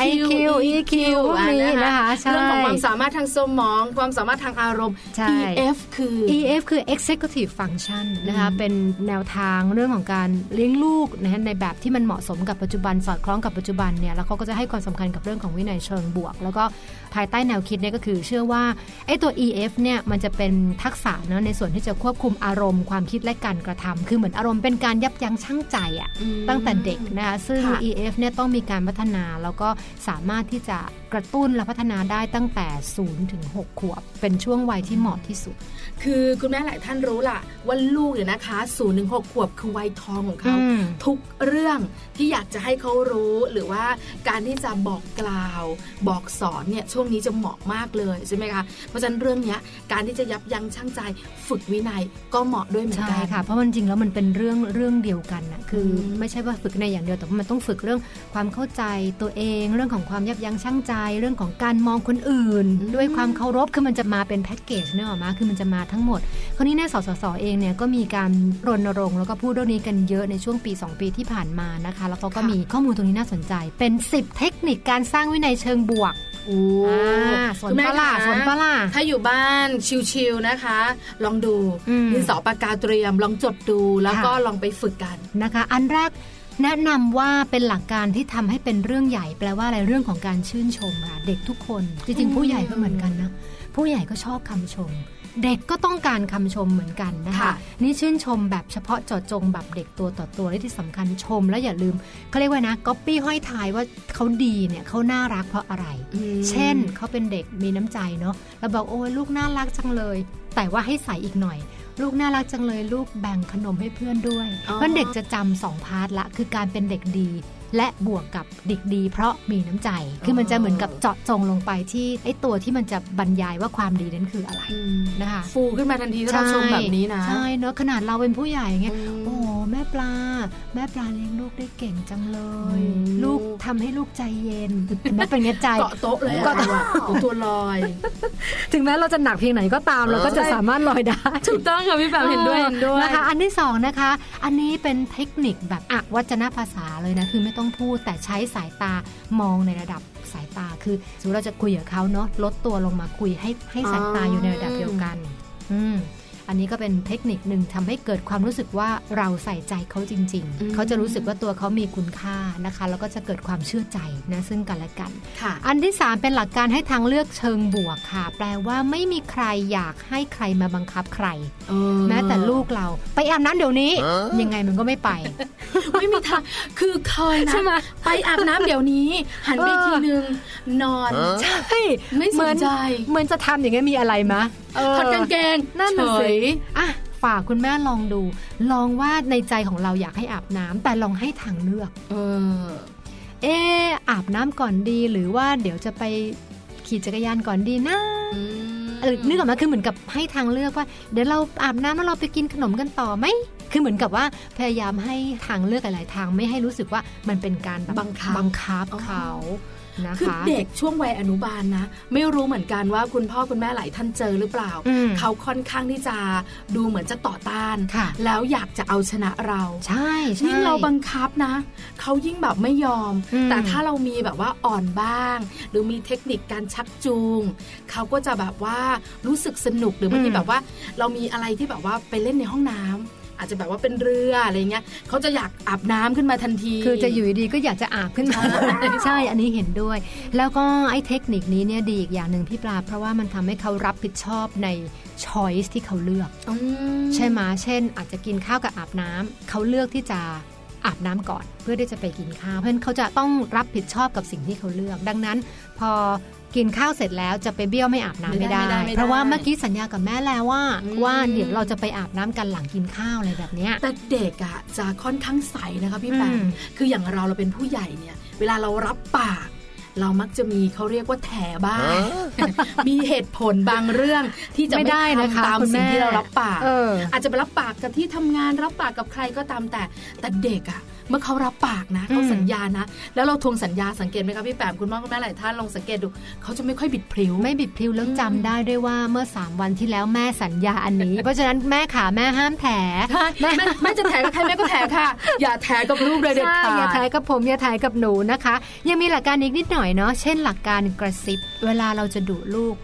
Speaker 3: IQ
Speaker 7: IQ EQ พวกนี้นะคะใช่
Speaker 3: เรื่องของความสามารถทางสมองความสามารถทางอารมณ์
Speaker 7: ใช่
Speaker 3: EF คือ
Speaker 7: EF คือ Executive Function นะคะ เป็นแนวทางเรื่องของการเลี้ยงลูกนะคะในแบบที่มันเหมาะสมกับปัจจุบันสอดคล้องกับปัจจุบันเนี่ย แล้วเขาก็จะให้ความสำคัญกับเรื่องของวินัยเชิงบวก แล้วก็ภายใต้แนวคิดเนี่ยก็คือเชื่อว่าไอ้ตัว EF เนี่ย มันจะเป็นทักษะเนาะในส่วนที่จะควบคุมอารมณ์ความคิดและการกระทำคือเหมือนอารมณ์เป็นการยับยั้งชั่งใจอะตั้งแต่เด็กนะคะซึ่ง
Speaker 3: ค่ะ
Speaker 7: EF เนี่ยต้องมีการพัฒนาแล้วก็สามารถที่จะกระตุ้นและพัฒนาได้ตั้งแต่0ถึง6ขวบ เป็นช่วงวัยที่เหมาะที่สุด
Speaker 3: คือคุณแม่หลายท่านรู้ล่ะ ว่าลูกเนี่ยนะคะ0ูนย์ถึงหขวบคือวัยทองของเขา
Speaker 7: อืม
Speaker 3: ทุกเรื่องที่อยากจะให้เขารู้หรือว่าการที่จะบอกกล่าว บอกสอนเนี่ยช่วงนี้จะเหมาะมากเลยใช่ไหมคะเพราะฉะนั้นเรื่องเนี้ยการที่จะยับยั้งชั่งใจฝึกวินัยก็เหมาะด้วยเหมือน
Speaker 7: ใช่
Speaker 3: กัน
Speaker 7: ค่ะ เพราะมันจริงแล้วมันเป็นเรื่องเรื่องเดียวกันนะคืออ
Speaker 3: ม
Speaker 7: ไม่ใช่ว่าฝึกในอย่างเดียวแต่ว่ามันต้องฝึกเรื่องความเข้าใจตัวเอง เรื่องของความยับยั้งชั่งใจ เรื่องของการมองคนอื่น ด้วยความเคารพคือมันจะมาเป็นแพ็กเกจเนกอะมาคือมันจะมาทั้งหมด คราวนี้ในสสสเองเนี่ยก็มีการรณรงค์แล้วก็พูดเรื่องนี้กันเยอะในช่วงปี 2 ปีที่ผ่านมานะคะ แล้วเขาก็มีข้อมูลตรงนี้น่าสนใจ เป็น 10 เทคนิคการสร้างวินัยเชิงบวก
Speaker 3: โอ้
Speaker 7: อ่าสน
Speaker 3: คุณแม่
Speaker 7: ปะล่ะ
Speaker 3: ค
Speaker 7: สนปะล่ะ
Speaker 3: ถ้าอยู่บ้านชิลๆนะคะ ลองดู
Speaker 7: อืม
Speaker 3: ดินสอปากกาเตรียม ลองจดดูแล้ว
Speaker 7: ค่ะ
Speaker 3: ก็ลองไปฝึกกัน
Speaker 7: นะคะอันแรกแนะนำว่าเป็นหลักการที่ทำให้เป็นเรื่องใหญ่ แปลว่าอะไรเรื่องของการชื่นชมค่ะเด็กทุกคน จริงๆ ผู้ใหญ่ก็เหมือนกันนะ ผู้ใหญ่ก็ชอบคำชม เด็กก็ต้องการคำชมเหมือนกันนะคะ
Speaker 3: ค่ะ
Speaker 7: นี่ชื่นชมแบบเฉพาะเจาะจงแบบเด็กตัวต่อตัวและที่สำคัญชม แล้วอย่าลืมเขาเรียกว่านะก๊อปปี้ห้อยทายว่าเขาดีเนี่ยเขาน่ารักเพราะอะไร
Speaker 3: อืม
Speaker 7: เช่นเขาเป็นเด็กมีน้ำใจเนาะแล้วบอกโอ้ยลูกน่ารักจังเลย แต่ว่าให้ใส่อีกหน่อย ลูกน่ารักจังเลยลูกแบ่งขนมให้เพื่อนด้วย
Speaker 3: อ๋อ
Speaker 7: เพราะเด็กจะจำสองพาร์ทละ คือการเป็นเด็กดี และบวกกับเด็กดี เพราะมีน้ำใจ คือมันจะเหมือนกับเจาะจงลงไปที่ไอ้ตัวที่มันจะบรรยายว่าความดีนั้นคืออะไร
Speaker 3: อืม
Speaker 7: นะคะ
Speaker 3: ฟูขึ้นมาทันทีถ้าเราชมแบบนี้นะ
Speaker 7: ใช่เนาะขนาดเราเป็นผู้ใหญ่อย่างเงี้ย
Speaker 3: อืม
Speaker 7: โอ้แม่ปลา แม่ปลาเลี้ยงลูกได้เก่งจังเลย
Speaker 3: อืม
Speaker 7: ลูกทำให้ลูกใจเย็นเห็นไหม่เป็นไงใจ
Speaker 3: เกาะโต๊ะเลยอะ
Speaker 7: เกาะโต๊ะ
Speaker 3: ว่ะตัวลอย
Speaker 7: ถึงแม้เราจะหนักเพียงไหนก็ตาม เราก็จะสามารถลอยได้
Speaker 3: ถูกต้องค่ะพี่แปมเห็นด้วยเห็นด้วย
Speaker 7: นะคะอันที่สองนะคะ อันนี้เป็นเทคนิคแบบอวัจนภาษาเลยนะคือไม่ต้องพูดแต่ใช้สายตามองในระดับสายตาคือสมมติเราจะคุยกับเขาเนาะลดตัวลงมาคุยให้ให้สายตา
Speaker 3: อ๋อ
Speaker 7: อ
Speaker 3: อ
Speaker 7: ยู่ในระดับเดียวกันอืมอันนี้ก็เป็นเทคนิคหนึ่งทำให้เกิดความรู้สึกว่าเราใส่ใจเขาจริง ๆ เขาจะรู้สึกว่าตัวเขามีคุณค่านะคะ แล้วก็จะเกิดความเชื่อใจนะซึ่งกันและกัน
Speaker 3: ค่ะ
Speaker 7: อันที่ 3 เป็นหลักการให้ทางเลือกเชิงบวกค่ะ แปลว่าไม่มีใครอยากให้ใครมาบังคับใคร แม้แต่ลูกเราไปอาบน้ำเดี๋ยวนี้ ยังไงมันก็ ไม่ไป
Speaker 3: ไม่มีทาง คือเคยนะ ไปอาบน้ำเดี๋ยวนี้ หันไปอีกทีนึง นอน
Speaker 7: ใช่
Speaker 3: ไม่สนใจ
Speaker 7: เหมือนจะทำอย่างเงี้ยมีอะไรมะ
Speaker 3: ถอดกางเกง
Speaker 7: นั่นน่ะ
Speaker 3: เฉ
Speaker 7: สิ
Speaker 3: ย
Speaker 7: อ่ะฝากคุณแม่ลองดู ลองว่าในใจของเราอยากให้อาบน้ำแต่ลองให้ทางเลือก
Speaker 3: เออ
Speaker 7: เอออาบน้ำก่อนดีหรือว่าเดี๋ยวจะไปขี่จักรยานก่อนดีนะ เออนึกออกไหมาคือเหมือนกับให้ทางเลือกว่า เดี๋ยวเราอาบน้ำแล้วเราไปกินขนมกันต่อไหม คือเหมือนกับว่าพยายามให้ทางเลือกหลาย ๆ ทางไม่ให้รู้สึกว่ามันเป็นการแ
Speaker 3: บังคับ
Speaker 7: บังคับเขานะ
Speaker 3: คือ
Speaker 7: คะ
Speaker 3: เด็กช่วงวัยอนุบาลนะ ไม่รู้เหมือนกันว่าคุณพ่อคุณแม่หลายท่านเจอหรือเปล่า
Speaker 7: อืม
Speaker 3: เขาค่อนข้างที่จะดูเหมือนจะต่อต้าน
Speaker 7: ค่ะ
Speaker 3: แล้วอยากจะเอาชนะเรา
Speaker 7: ใช่ใช่
Speaker 3: ยิ่งเราบังคับนะ เขายิ่งแบบไม่ยอม
Speaker 7: อืม
Speaker 3: แต่ถ้าเรามีแบบว่าอ่อนบ้าง หรือมีเทคนิคการชักจูง เขาก็จะแบบว่ารู้สึกสนุกหรือบางทีแบบว่า เรามีอะไรที่แบบว่าไปเล่นในห้องน้ำอาจจะแบบว่าเป็นเรืออะไรเงี้ยเขาจะอยากอาบน้ำขึ้นมาทันที
Speaker 7: คือจะอยู่ดีๆก็อยากจะอาบขึ้นมา ใช่ อันนี้เห็นด้วย แล้วก็ไอ้เทคนิคนี้เนี่ยดีอีกอย่างหนึ่งพี่ปลา เพราะว่ามันทำให้เขารับผิดชอบในช้อยส์ที่เขาเลือก
Speaker 3: อืม
Speaker 7: ใช่ไหมเช่น อาจจะกินข้าวกับอาบน้ำเขาเลือกที่จะอาบน้ำก่อน เพื่อที่จะไปกินข้าว เพราะฉะนั้นเขาจะต้องรับผิดชอบกับสิ่งที่เขาเลือก ดังนั้น พอกินข้าวเสร็จแล้วจะไปเบี้ยวไม่อาบน้ำ
Speaker 3: ไม่
Speaker 7: ไม่
Speaker 3: ได้ไม่
Speaker 7: ได้
Speaker 3: ได้ไม่ได้
Speaker 7: เพราะว่าเมื่อกี้สัญญากับแม่แล้วว่า
Speaker 3: อืม
Speaker 7: ว่าเดี๋ยวเราจะไปอาบน้ำกันหลังกินข้าวอะไรแบบเนี้ย
Speaker 3: แต่เด็กอะจะค่อนข้างใสนะคะพี่แป
Speaker 7: อื
Speaker 3: ม
Speaker 7: ม
Speaker 3: คืออย่างเราเราเป็นผู้ใหญ่เนี่ย เวลาเรารับปาก เรามักจะมีเขาเรียกว่าแถบ้าง มีเหตุผลบางเรื่องที่จะไม่
Speaker 7: ได้นะคะ
Speaker 3: ทำตาม
Speaker 7: คุณ
Speaker 3: สิ่
Speaker 7: แ
Speaker 3: งที่เรารับปาก
Speaker 7: เออ
Speaker 3: อาจจะไปรับปากกับที่ทำงานรับปากกับใครก็ตามแต่ แต่เด็กอะ เมื่อเขารับปากนะเขาสัญญานะ แล้วเราทวงสัญญาสังเกตไหมคะพี่แปมคุณพ่อคุณแม่หลายท่านลองสังเกตดูเขาจะไม่ค่อยบิดพริ้ว
Speaker 7: ไม่บิดพลิ้วแล้วจำได้ด้วยว่าเมื่อ 3 วันที่แล้วแม่สัญญาอัน นี้ เพราะฉะนั้นแม่ขาแม่ห้ามแถ
Speaker 3: ใช่แม่แม่จะแถกับใครแม่ก็แถค่ะ อย่าแถกับลูกเลยเด็ด
Speaker 7: ใช่
Speaker 3: ขาด
Speaker 7: อย่าแถกับผมอย่าแถกับหนูนะคะ ยังมีหลักการอีกนิดหน่อยเนาะเช่นหลักการกระซิบเวลาเราจะดุลูก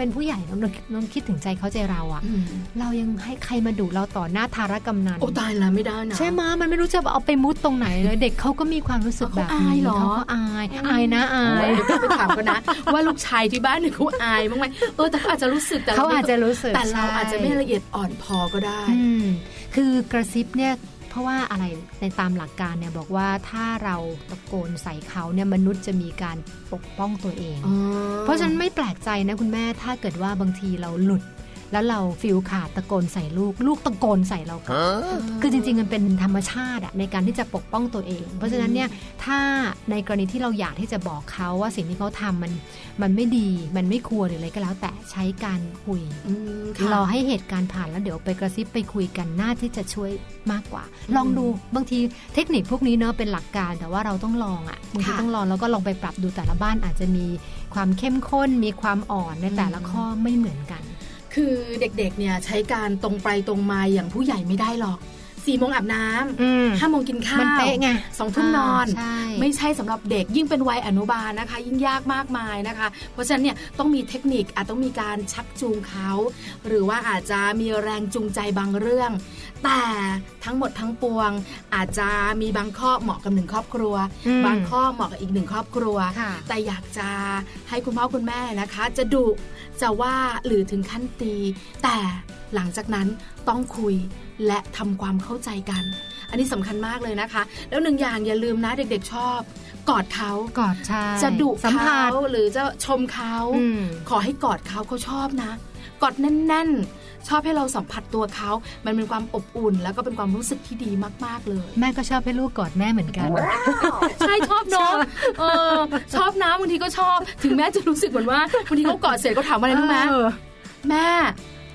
Speaker 7: เป็นผู้ใหญ่เนอะน้องน้องคิดถึงใจเขาใจเราอะ
Speaker 3: อืม
Speaker 7: เรายังให้ใครมาดุเราต่อหน้าทารกำนัน
Speaker 3: โอ้ตายแล้วไม่ได้นะ
Speaker 7: ใช่ไหมะมันไม่รู้จะเอาไปมุดตรงไหนเลย เด็กเขาก็มีความรู้สึกแบบ
Speaker 3: เขาอายเหรอ
Speaker 7: เขาก็อายอายนะอา
Speaker 3: โอ้
Speaker 7: ย
Speaker 3: ยเดี๋ยวต้องไปถามเขานะ ว่าลูกชายที่บ้านเนี่ยเขาอายบ้างไหมเออแต่เขาอาจจะรู้สึกแต่ร
Speaker 7: เขา
Speaker 3: ไม่
Speaker 7: อาจจะรู้สึก
Speaker 3: แต่เราอาจจะไม่
Speaker 7: ใช่
Speaker 3: ละเอียดอ่อนพอก็ได้
Speaker 7: อืมคือกระซิบเนี่ยเพราะว่าอะไรในตามหลักการเนี่ยบอกว่าถ้าเราตะโกนใส่เขาเนี่ยมนุษย์จะมีการปกป้องตัวเอง เพราะฉะนั้นไม่แปลกใจนะคุณแม่ถ้าเกิดว่าบางทีเราหลุด แล้วเราฟิลขาดตะโกนใส่ลูก ลูกตะโกนใส่เรากลับคือจริงๆมันเป็นธรรมชาติอะในการที่จะปกป้องตัวเอง เพราะฉะนั้นเนี่ยถ้าในกรณีที่เราอยากที่จะบอกเขาว่าสิ่งที่เขาทำมันมันไม่ดีมันไม่ควรหรืออะไรก็แล้ว แต่ใช้การคุย
Speaker 3: อืมค่ะ
Speaker 7: รอให้เหตุการณ์ผ่านแล้วเดี๋ยวไปกระซิบไปคุยกันน่าที่จะช่วยมากกว่า ลองดูบางทีเทคนิคพวกนี้เนาะเป็นหลักการแต่ว่าเราต้องลองอะ่ะบางทีต้องลองแล้วก็ลองไปปรับดูแต่ละบ้านอาจจะมีความเข้มข้น มีความอ่อนในแต่ละข้อไม่เหมือนกัน
Speaker 3: คือเด็กๆเนี่ยใช้การตรงไปตรงมาอย่างผู้ใหญ่ไม่ได้หรอกสี่โมงอาบน้ำ
Speaker 7: อืม
Speaker 3: ห้าโมงกินข้าว
Speaker 7: มันเป๊ะไง
Speaker 3: สองทุ่มนอน
Speaker 7: าใช่
Speaker 3: ไม่ใช่สำหรับเด็กยิ่งเป็นวัยอนุบาลนะคะ ยิ่งยากมากมายนะคะ เพราะฉะนั้นเนี่ยต้องมีเทคนิคอาจต้องมีการชักจูงเขา หรือว่าอาจจะมีแรงจูงใจบางเรื่อง แต่ทั้งหมดทั้งปวง อาจจะมีบางข้อเหมาะกับหนึ่งครอบครัว
Speaker 7: อืม
Speaker 3: บางข้อเหมาะกับอีกหนึ่งครอบครัว
Speaker 7: ค่ะ
Speaker 3: แต่อยากจะให้คุณพ่อคุณแม่นะคะ จะดุจะว่าหรือถึงขั้นตี แต่หลังจากนั้นต้องคุยและทำความเข้าใจกัน อันนี้สำคัญมากเลยนะคะ แล้วหนึ่งอย่างอย่าลืมนะเด็กๆชอบ กอดเขา
Speaker 7: กอดใช่
Speaker 3: จะดุ
Speaker 7: สัม
Speaker 3: เข
Speaker 7: ผัส
Speaker 3: าหรือจะชมเขา
Speaker 7: อืม
Speaker 3: ขอให้กอดเขาเขาชอบนะ กอดแน่นๆ ชอบให้เราสัมผัสตัวเขา มันเป็นความอบอุ่น แล้วก็เป็นความรู้สึกที่ดีมากๆเลย
Speaker 7: แม่ก็ชอบให้ลูกกอดแม่เหมือนกัน
Speaker 3: ใช่ชอบเนอะเออชอบนะบางทีก็ชอบ ถึงแม้จะรู้สึกเหมือนว่าบางทีเขากอดเสร็จก็ถามว่าอะไรรู้ไหมแม่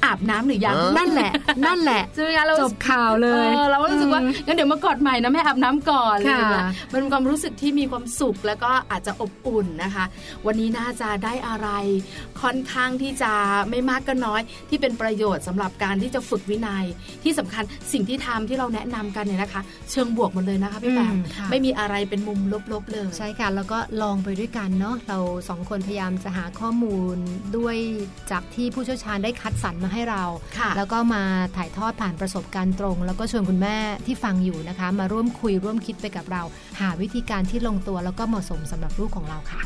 Speaker 3: อาบน้ำหรือยัง
Speaker 7: นั่นแหละ นั่นแหละ
Speaker 3: ใช่ไหมคะเรา
Speaker 7: จบข่าวเลย
Speaker 3: เออเราก็รู้สึกว่างั้นเดี๋ยวมากอดใหม่นะแม่อาบน้ำก่อนอะไรอย่างเงี้ย
Speaker 7: ค่ะ
Speaker 3: มันเป็นความรู้สึกที่มีความสุขแล้วก็อาจจะอบอุ่นนะคะ วันนี้น่าจะได้อะไร ค่อนข้างที่จะไม่มากก็น้อย ที่เป็นประโยชน์สำหรับการที่จะฝึกวินัย ที่สำคัญสิ่งที่ทำที่เราแนะนำกันเนี่ยนะคะ เชิงบวกหมดเลยนะคะพี่แปม
Speaker 7: ค่ะ
Speaker 3: ไม่มีอะไรเป็นมุมลบๆเลย
Speaker 7: ใช่ค่ะ แล้วก็ลองไปด้วยกันเนาะเราสองคนพยายามจะหาข้อมูลด้วยจากที่ผู้เชี่ยวชาญได้คัดสรรมาให้เรา
Speaker 3: ค่ะ
Speaker 7: แล้วก็มาถ่ายทอดผ่านประสบการณ์ตรง แล้วก็ชวนคุณแม่ที่ฟังอยู่นะคะ มาร่วมคุยร่วมคิดไปกับเรา หาวิธีการที่ลงตัวแล้วก็เหมาะสมสำหรับลูกของเราค่ะ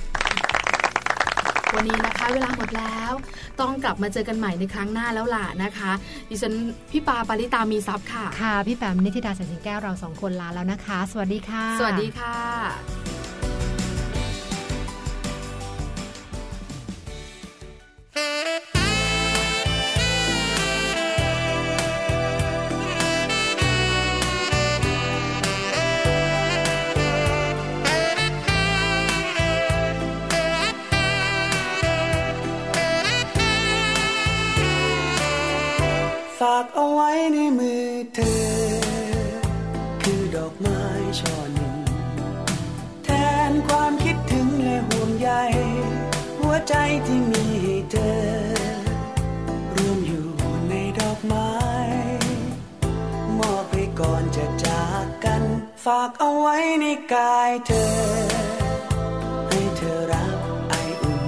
Speaker 3: วันนี้นะคะ เวลาหมดแล้ว ต้องกลับมาเจอกันใหม่ในครั้งหน้าแล้วล่ะนะคะดิฉันพี่ปาปาริตามีซับค่ะ
Speaker 7: ค่ะ พี่แปมนิติดาแสงสิงแก้วเราสองคนลาแล้วนะคะ สวัสดีค่ะ
Speaker 3: สวัสดีค่ะ
Speaker 5: ฝากเอาไว้ในมือเธอ คือดอกไม้ช่อหนึ่ง แทนความคิดถึงและห่วงใย หัวใจที่มีให้เธอ รวมอยู่ในดอกไม้ มอบไปก่อนจะจากกัน ฝากเอาไว้ในกายเธอ ให้เธอรักไออุ่น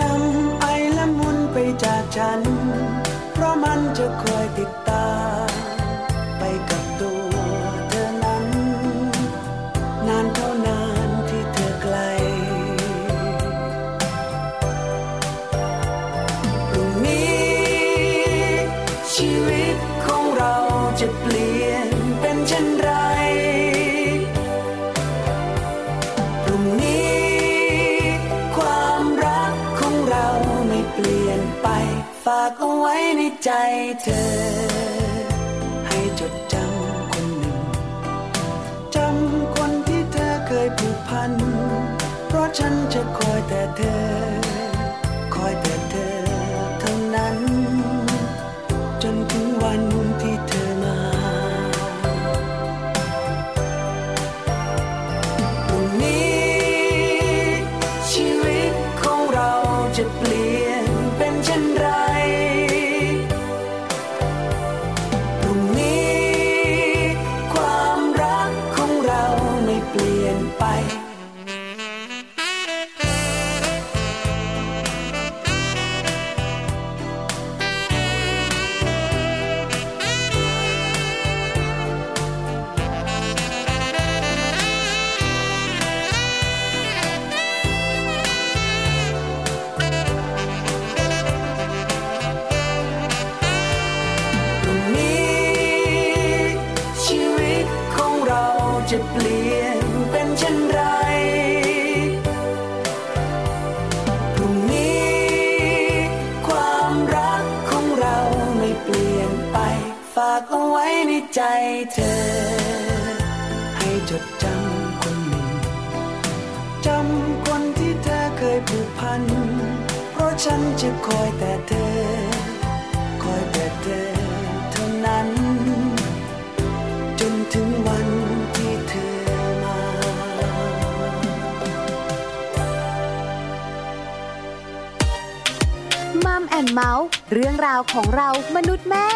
Speaker 5: นำไอละมุนไปจากฉัน เพราะมันจะคอยติดตามไปกับตัวเธอนั้น นานเท่านานที่เธอไกล พรุ่งนี้ ชีวิตของเราจะเปลี่ยนเป็นเช่นไร พรุ่งนี้ ความรักของเราไม่เปลี่ยนไป ฝากเอาไว้ในใจเธอ ให้จดจำคนหนึ่ง จำคนที่เธอเคยผูกพัน เพราะฉันจะคอยแต่เธอ คอยแต่เธอเท่านั้น จนถึงวันที่เธอมา ฝ จะเปลี่ยนเป็นเช่นไร พรุ่งนี้ความรักของเราไม่เปลี่ยนไป ฝากเอาไว้ในใจเธอ ให้จดจำคนหนึ่ง จำคนที่เธอเคยผูกพัน เพราะฉันจะคอยแต่เธอ คอยแต่เธอเท่านั้น จนถึงวันที่เธอมา
Speaker 8: มัมแอนเมาส์เรื่องราวของเรามนุษย์แม่